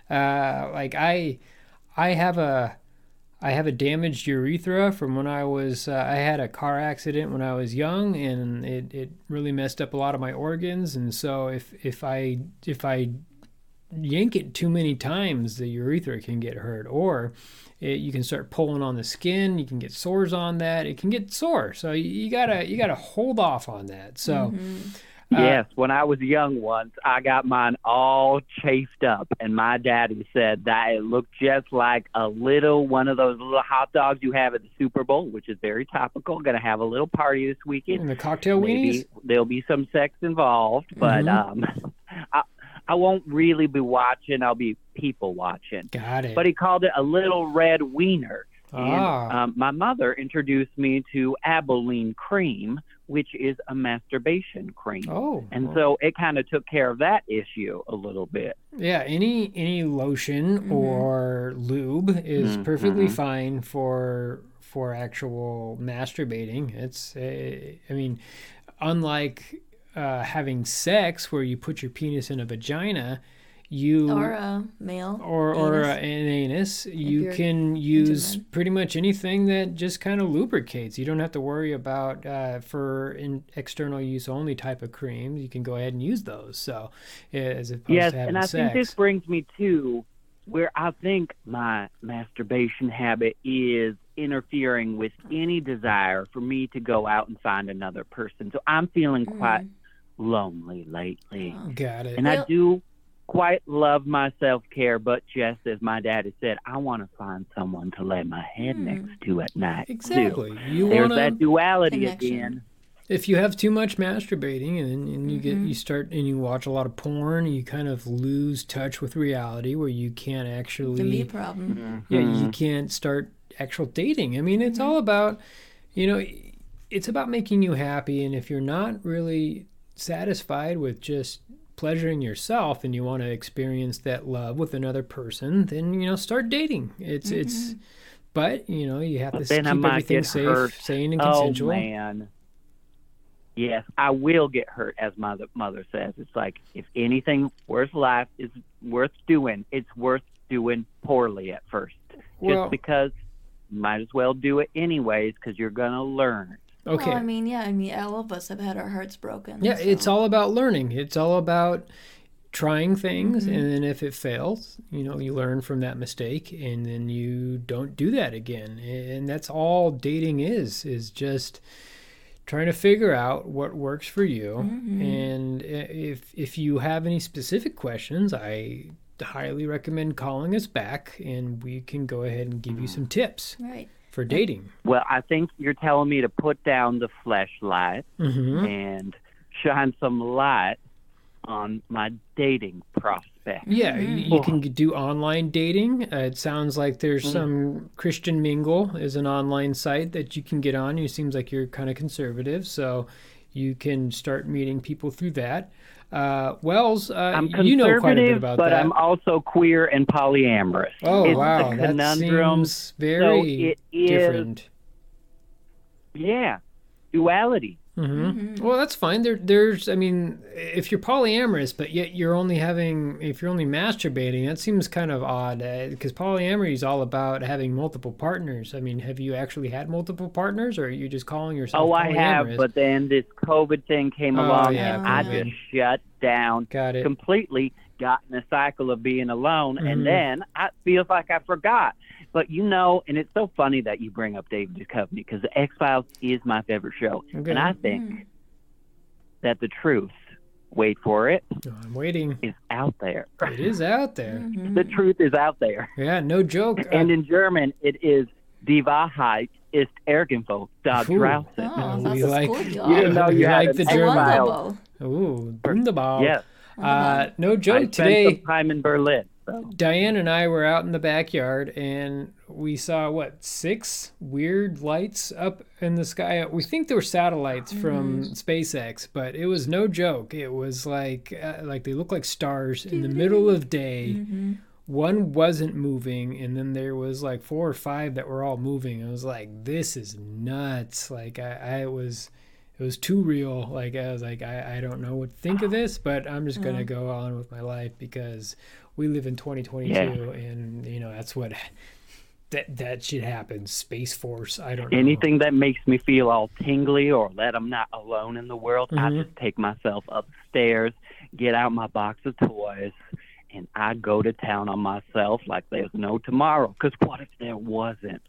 Speaker 2: Uh, like I, I have a, I have a damaged urethra from when I was. Uh, I had a car accident when I was young, and it, it really messed up a lot of my organs. And so if if I if I yank it too many times, the urethra can get hurt, or it, you can start pulling on the skin. You can get sores on that. It can get sore, so you, you gotta you gotta hold off on that. So.
Speaker 5: Mm-hmm.
Speaker 2: Uh,
Speaker 5: yes, when I was young once, I got mine all chafed up, and my daddy said that it looked just like a little one of those little hot dogs you have at the Super Bowl, which is very topical. Going to have a little party this weekend.
Speaker 2: And the cocktail
Speaker 5: Maybe
Speaker 2: weenies.
Speaker 5: there'll be some sex involved, but um, *laughs* I, I won't really be watching. I'll be people watching.
Speaker 2: Got it.
Speaker 5: But he called it a little red wiener. And,
Speaker 2: ah,
Speaker 5: um, my mother introduced me to Abilene cream, which is a masturbation cream.
Speaker 2: oh,
Speaker 5: And so it kind of took care of that issue a little bit.
Speaker 2: yeah. Any any lotion
Speaker 5: Mm-hmm.
Speaker 1: Mhm.
Speaker 2: or lube is
Speaker 6: Mm,
Speaker 2: perfectly
Speaker 6: mhm.
Speaker 2: fine for for actual masturbating. It's uh, I mean, unlike uh, having sex where you put your penis in a vagina, you
Speaker 1: Or a uh, male.
Speaker 2: or, or
Speaker 1: anus.
Speaker 2: uh, an anus, you
Speaker 1: you're
Speaker 2: can use
Speaker 1: men.
Speaker 2: pretty much anything that just kind of lubricates. You don't have to worry about uh, for in external use only type of creams. You can go ahead and use those. So, yeah, as opposed
Speaker 5: yes,
Speaker 2: to having
Speaker 5: and I
Speaker 2: sex.
Speaker 5: think this brings me to where I think my masturbation habit is interfering with any desire for me to go out and find another person. So I'm feeling quite
Speaker 2: Mm.
Speaker 5: lonely lately.
Speaker 2: Got it.
Speaker 5: And I
Speaker 1: Well-
Speaker 5: do quite love my self care, but just as my daddy said, I want to find someone to lay my head
Speaker 1: Hmm.
Speaker 5: next to at night. too.
Speaker 2: exactly. You
Speaker 5: There's
Speaker 2: want to
Speaker 5: that duality
Speaker 1: Connection.
Speaker 5: again.
Speaker 2: if you have too much masturbating and, and you get you start and you watch a lot of porn, you kind of lose touch with reality where you can't actually
Speaker 1: Oh, Can be a problem.
Speaker 5: Mm-hmm.
Speaker 2: yeah
Speaker 5: Hmm.
Speaker 2: you can't start actual dating i mean it's all about you know it's about making you happy and if you're not really satisfied with just pleasuring yourself and you want to experience that love with another person then you know start dating it's it's but you know you have to
Speaker 5: But
Speaker 2: s-
Speaker 5: then I
Speaker 2: keep
Speaker 5: might
Speaker 2: everything
Speaker 5: get
Speaker 2: safe
Speaker 5: hurt.
Speaker 2: sane and
Speaker 5: Oh
Speaker 2: consensual
Speaker 5: man. Yes, I will get hurt, as my th- mother says. It's like if anything worth life is worth doing, it's worth doing poorly at first,
Speaker 2: Well-
Speaker 5: just because. Might as well do it anyways, because you're gonna learn.
Speaker 2: okay
Speaker 1: Well, I mean, yeah, I mean, all of us have had our hearts broken.
Speaker 2: Yeah,
Speaker 1: so-
Speaker 2: it's all about learning. It's all about trying things, and then if it fails, you know, you learn from that mistake, and then you don't do that again. And that's all dating is is just trying to figure out what works for you. And i- if if you have any specific questions, I highly recommend calling us back, and we can go ahead and give you some tips
Speaker 1: right.
Speaker 2: for dating.
Speaker 5: Well, I think you're telling me to put down the flashlight
Speaker 2: hmm
Speaker 5: and shine some light on my dating prospect.
Speaker 2: Yeah, y- you can g- do online dating. Uh, it sounds like there's
Speaker 5: Mm-hmm.
Speaker 2: some Christian Mingle is an online site that you can get on. You seems like you're kind of conservative, so you can start meeting people through that. Uh, Wells, uh,
Speaker 5: I'm
Speaker 2: you know quite a bit
Speaker 5: conservative,
Speaker 2: about
Speaker 5: but
Speaker 2: that.
Speaker 5: I'm also queer and polyamorous.
Speaker 2: oh
Speaker 5: it's
Speaker 2: wow,
Speaker 5: the
Speaker 2: that
Speaker 5: conundrum.
Speaker 2: seems very
Speaker 5: it is-
Speaker 2: different.
Speaker 5: yeah, duality.
Speaker 2: Mm-hmm. Well, that's fine. There, there's, I mean, if you're polyamorous, but yet you're only having, if you're only masturbating, that seems kind of odd because polyamory is all about having multiple partners. I mean, have you actually had multiple partners, or are you just calling yourself?
Speaker 5: oh, I have,
Speaker 2: polyamorous?
Speaker 5: but then this COVID thing came
Speaker 2: Oh,
Speaker 5: along,
Speaker 2: yeah,
Speaker 5: and I
Speaker 2: COVID.
Speaker 5: just shut down
Speaker 2: got it.
Speaker 5: completely. Got in a cycle of being alone,
Speaker 2: Mhm.
Speaker 5: and then I feels like I forgot. But you know, and it's so funny that you bring up David Duchovny because The X Files is my favorite show,
Speaker 2: Okay.
Speaker 5: and I
Speaker 1: Mm-hmm.
Speaker 5: think that the truth, wait for it,
Speaker 2: No, Oh, I'm waiting.
Speaker 5: is out there.
Speaker 2: It
Speaker 5: *laughs*
Speaker 2: is out there.
Speaker 1: Mhm.
Speaker 5: The truth is out there.
Speaker 2: Yeah, no joke. Uh,
Speaker 5: Mm. And in German, it is Die Wahrheit ist irgendwo da
Speaker 2: Ooh.
Speaker 5: draußen.
Speaker 1: Oh,
Speaker 2: Uh, we
Speaker 1: that's a
Speaker 2: like- *laughs*
Speaker 1: school
Speaker 5: You didn't
Speaker 1: y'all.
Speaker 5: know
Speaker 2: We
Speaker 5: you had
Speaker 2: like
Speaker 5: an
Speaker 2: the
Speaker 5: X
Speaker 2: German.
Speaker 5: file.
Speaker 1: Wonderful.
Speaker 2: Ooh, wunderbar.
Speaker 5: Yes,
Speaker 2: Uh, no
Speaker 5: I
Speaker 2: joke
Speaker 5: spent
Speaker 2: today.
Speaker 5: some time in Berlin. So.
Speaker 2: Diane and I were out in the backyard and we saw what six weird lights up in the sky. We think they were satellites from SpaceX, but it was no joke. It was like uh, like they look like stars in the middle of day one wasn't moving, and then there was like four or five that were all moving. I was like, this is nuts. Like I, I was, it was too real. Like I was like, I, I don't know what to think of this, but I'm just
Speaker 5: Mm-hmm.
Speaker 2: gonna go on with my life because we live in 2022,
Speaker 5: Yeah.
Speaker 2: and you know that's what. That, that shit happens. Space Force. I don't know.
Speaker 5: Anything that makes me feel all tingly or that I'm not alone in the world,
Speaker 2: Mm-hmm.
Speaker 5: I just take myself upstairs, get out my box of toys, and I go to town on myself like there's no tomorrow. 'Cause what if there wasn't?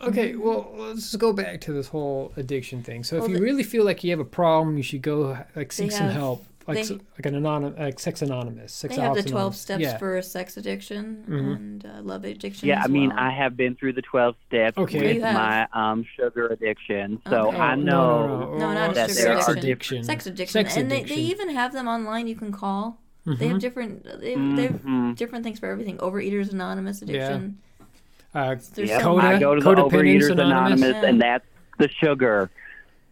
Speaker 2: Okay, well, let's go back to this whole addiction thing. So, if you really feel like you have a problem, you should go like seek
Speaker 1: They
Speaker 2: some
Speaker 1: have-
Speaker 2: help, like
Speaker 1: they-
Speaker 2: s- like an anonymous, like Sex Anonymous. Sex
Speaker 1: They have the
Speaker 2: Ops
Speaker 1: 12
Speaker 2: Anonymous.
Speaker 1: steps
Speaker 2: yeah. Mm-hmm.
Speaker 1: for a sex addiction and uh, love addiction.
Speaker 5: Yeah,
Speaker 1: as
Speaker 5: I mean,
Speaker 1: well.
Speaker 5: I have been through the 12 steps
Speaker 2: Okay.
Speaker 1: You
Speaker 5: with
Speaker 1: have.
Speaker 5: my um, sugar addiction, so
Speaker 1: Okay.
Speaker 2: Oh,
Speaker 5: I
Speaker 2: no,
Speaker 5: know.
Speaker 2: no, no,
Speaker 1: No,
Speaker 2: Oh,
Speaker 1: not
Speaker 5: that
Speaker 1: sugar
Speaker 5: there
Speaker 1: addiction.
Speaker 5: are
Speaker 2: addiction.
Speaker 1: Sex addiction.
Speaker 2: Sex
Speaker 1: and They, they
Speaker 2: addiction. Mm-hmm.
Speaker 1: even have them online you can call. They have different they, they
Speaker 5: Mm-hmm.
Speaker 1: have different things for everything. Overeaters Anonymous addiction.
Speaker 2: Uh,
Speaker 1: There's
Speaker 5: Yep,
Speaker 1: some-
Speaker 2: Coda-
Speaker 5: I go to the
Speaker 2: Codependence
Speaker 5: Overeaters
Speaker 2: Anonymous.
Speaker 5: Anonymous, and
Speaker 1: Yeah.
Speaker 5: that's the sugar.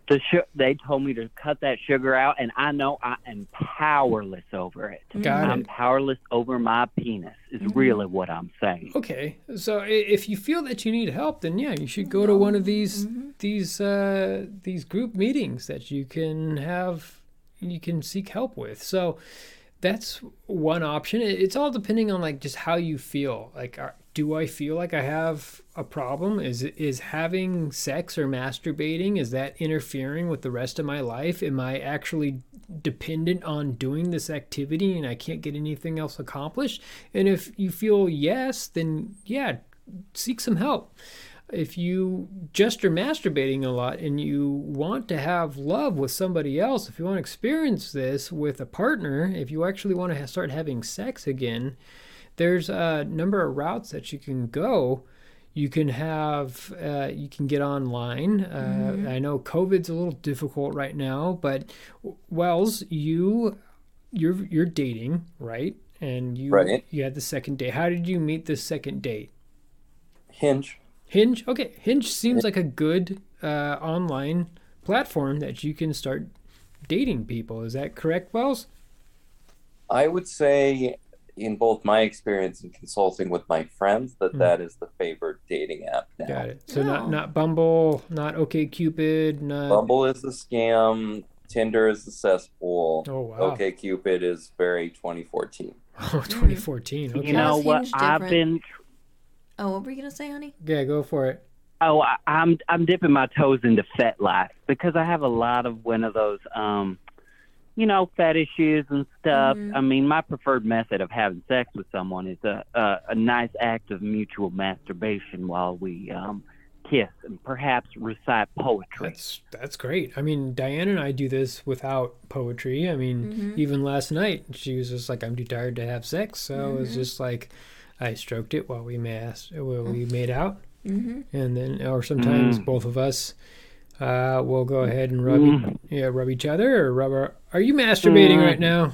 Speaker 5: The su- they told me to cut that sugar out, and I know I am powerless over it.
Speaker 1: Mm-hmm.
Speaker 2: Got
Speaker 5: I'm
Speaker 2: it.
Speaker 5: powerless over my penis. Is really what I'm saying.
Speaker 2: Okay, so i- if you feel that you need help, then yeah, you should go to one of these
Speaker 1: Mm-hmm.
Speaker 2: these uh, these group meetings that you can have you can seek help with. So that's one option. It- It's all depending on like just how you feel. Like, are, do I feel like I have a problem? Is is having sex or masturbating is that interfering with the rest of my life? Am I actually dependent on doing this activity and I can't get anything else accomplished? And if you feel yes, then yeah, seek some help. If you just are masturbating a lot and you want to have love with somebody else, if you want to experience this with a partner, if you actually want to ha- start having sex again, there's a number of routes that you can go. You can have, uh, you can get online. Uh, I know COVID's a little difficult right now, but Wells, you, you're you're dating, right? And you
Speaker 6: Right.
Speaker 2: you had the second date. How did you meet this second date?
Speaker 6: Hinge.
Speaker 2: Hinge. Okay, Hinge seems like a good uh, online platform that you can start dating people. Is that correct, Wells?
Speaker 6: I would say, in both my experience and consulting with my friends, that that is the favorite dating app now.
Speaker 2: Mm-hmm. Got it. So
Speaker 1: Oh.
Speaker 2: not not Bumble, not OkCupid, not
Speaker 6: Bumble is a scam. Tinder is a cesspool.
Speaker 2: Oh, wow.
Speaker 6: Okay, Cupid is very 2014.
Speaker 2: *laughs* Oh, 2014. Okay.
Speaker 5: You know
Speaker 1: How's
Speaker 5: what?
Speaker 1: Hinge
Speaker 5: I've
Speaker 1: different?
Speaker 5: been.
Speaker 1: Oh, what were you gonna say, honey?
Speaker 2: Yeah, go for it.
Speaker 5: Oh, I, I'm I'm dipping my toes into fet life because I have a lot of one of those, um, you know, fetishes and stuff.
Speaker 2: Mm-hmm.
Speaker 5: I mean, my preferred method of having sex with someone is a a, a nice act of mutual masturbation while we um, kiss and perhaps recite poetry.
Speaker 2: That's that's great. I mean, Diane and I do this without poetry. I mean,
Speaker 5: Mm-hmm.
Speaker 2: even last night she was just like, "I'm too tired to have sex," so it
Speaker 5: Mm-hmm.
Speaker 2: was just like, I stroked it while we mas while we
Speaker 5: Mm.
Speaker 2: made out, mm-hmm. and then or sometimes both of us uh, will go ahead and rub e- yeah rub each other or rub. Our, are you masturbating right now?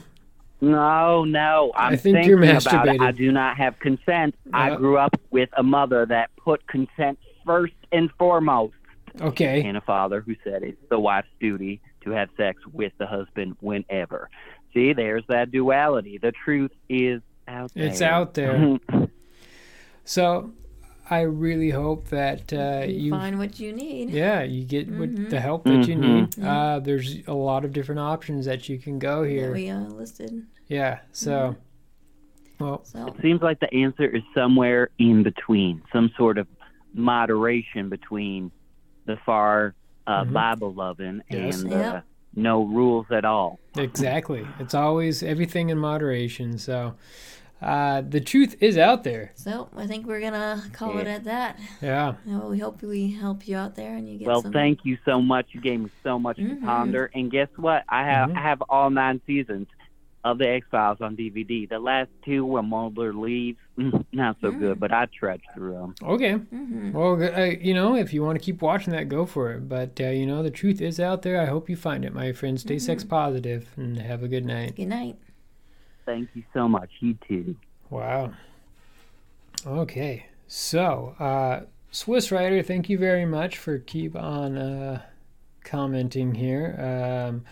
Speaker 5: No, no. I'm
Speaker 2: I think
Speaker 5: thinking
Speaker 2: you're
Speaker 5: about it.
Speaker 2: masturbating.
Speaker 5: I do not have consent.
Speaker 2: Uh,
Speaker 5: I grew up with a mother that put consent first and foremost.
Speaker 2: Okay.
Speaker 5: and a father who said it's the wife's duty to have sex with the husband whenever. See, there's that duality. The truth is out there. Mm-hmm.
Speaker 2: It's out
Speaker 5: *laughs*
Speaker 2: there. so I really hope that uh,
Speaker 1: You,
Speaker 2: you
Speaker 1: find Mm-hmm. what you need.
Speaker 2: Yeah, you get what, the help that you need. Uh, there's a lot of different options that you can go
Speaker 1: that
Speaker 2: here.
Speaker 1: we Mm-hmm. uh, listed.
Speaker 2: Yeah, so, well,
Speaker 1: So
Speaker 5: Seems like the answer is somewhere in between, some sort of moderation between the far uh, Bible loving
Speaker 2: Mm-hmm. Yes.
Speaker 5: and the
Speaker 1: Yep.
Speaker 5: no rules at all.
Speaker 2: exactly. It's always everything in moderation. So, uh, the truth is out there.
Speaker 1: so I think we're gonna call it at that.
Speaker 2: Yeah.
Speaker 1: Well, we hope we help you out there and you get
Speaker 5: Well,
Speaker 1: some
Speaker 5: thank you so much. Mm-hmm. You gave me so much to ponder. And guess what? I have I have all nine seasons of the X Files on DVD. The last two, when Mulder leaves, mm, not so good, but I trudged through them.
Speaker 2: Okay.
Speaker 1: Mm-hmm. Mm.
Speaker 2: Well, g- uh, you know, if you want to keep watching that, go for it. But, uh, you know, the truth is out there. I hope you find it, my friend. Stay sex positive and have a good night.
Speaker 1: good night.
Speaker 5: Thank you so much. You too.
Speaker 2: Wow. Okay. So, uh, Swiss Rider, thank you very much for keep on uh, commenting here. Um,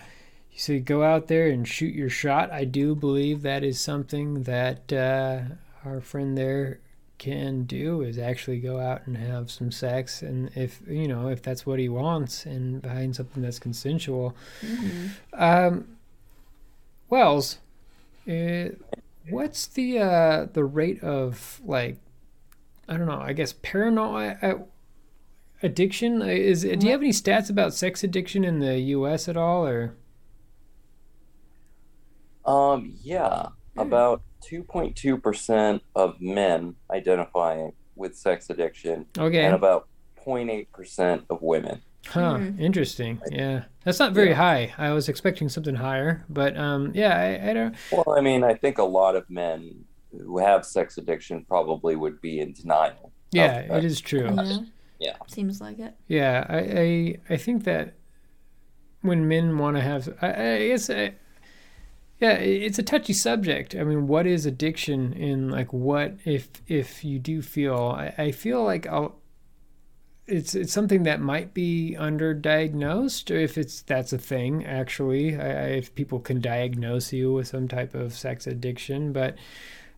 Speaker 2: you say go out there and shoot your shot. I do believe that is something that uh, our friend there can do is actually go out and have some sex and if you know if that's what he wants and find something that's consensual mm-hmm. um, wells uh, what's the uh, the rate of like i don't know i guess paranoia uh, addiction Uh, is do you have any stats about sex addiction in the us at all or
Speaker 3: um yeah
Speaker 2: Hmm.
Speaker 3: about 2.2% of men identify with sex addiction.
Speaker 2: Okay.
Speaker 3: And about 0.8% of women.
Speaker 2: Huh. Mm-hmm. Interesting. Yeah. That's not very yeah. high. I was expecting something higher, but um, yeah, I, I, don't.
Speaker 3: Well, I mean, I think a lot of men who have sex addiction probably would be in denial.
Speaker 2: Yeah, it is true.
Speaker 1: Yeah.
Speaker 3: yeah.
Speaker 1: Seems like it.
Speaker 2: Yeah. I, I, I think that when men want to have, I, I guess, I, yeah it's a touchy subject i mean what is addiction and like what if if you do feel i, I feel like I'll, it's it's something that might be underdiagnosed if it's that's a thing actually I, I, if people can diagnose you with some type of sex addiction but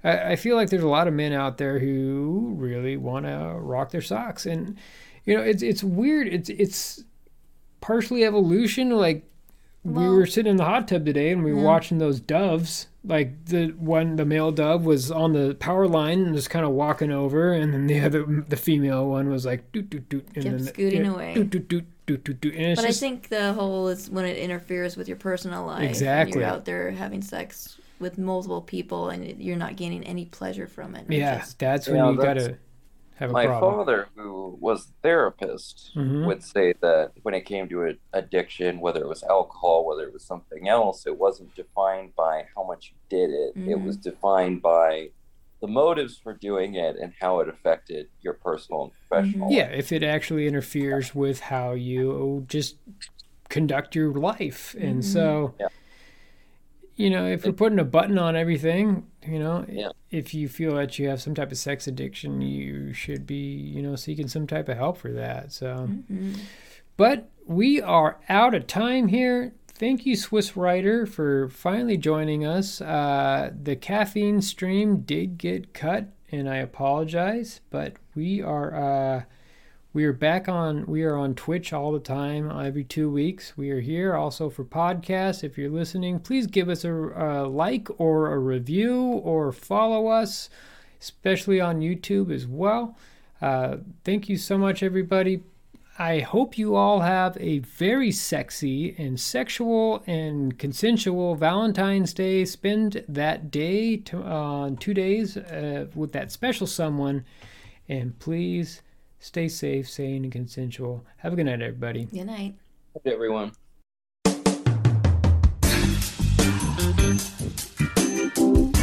Speaker 2: I, I feel like there's a lot of men out there who really want to rock their socks and you know it's it's weird it's it's partially evolution like we well, were sitting in the hot tub today and we were yeah. watching those doves. Like the one, the male dove was on the power line and just kind of walking over, and then the *laughs* other, the female one was like doot doot doot,
Speaker 1: kept
Speaker 2: and then
Speaker 1: scooting
Speaker 2: the,
Speaker 1: away.
Speaker 2: Doot doot doot doot doot. doot.
Speaker 1: but just, I think the whole is when it interferes with your personal life.
Speaker 2: Exactly.
Speaker 1: you're out there having sex with multiple people, and you're not gaining any pleasure from it.
Speaker 2: Yeah, just, that's when you, know, you gotta have a
Speaker 3: my
Speaker 2: problem.
Speaker 3: father who was a therapist mm-hmm. would say that when it came to addiction whether it was alcohol whether it was something else it wasn't defined by how much you did it mm-hmm. it was defined by the motives for doing it and how it affected your personal and professional
Speaker 2: mm-hmm. yeah if it actually interferes with how you just conduct your life and so
Speaker 3: Mm-hmm. yeah.
Speaker 2: you know if we're putting a button on everything you know
Speaker 3: yeah.
Speaker 2: if you feel that you have some type of sex addiction you should be you know seeking some type of help for that so mm-hmm. but we are out of time here thank you swiss writer for finally joining us uh, the caffeine stream did get cut and i apologize but we are uh, we are back on we are on twitch all the time every two weeks we are here also for podcasts if you're listening please give us a, a, like or a review or follow us especially on youtube as well uh, thank you so much everybody i hope you all have a very sexy and sexual and consensual valentine's day spend that day to, uh, two days uh, with that special someone and please stay safe, sane, and consensual. Have a good night, everybody.
Speaker 1: Good night.
Speaker 3: Good everyone.
Speaker 1: Good.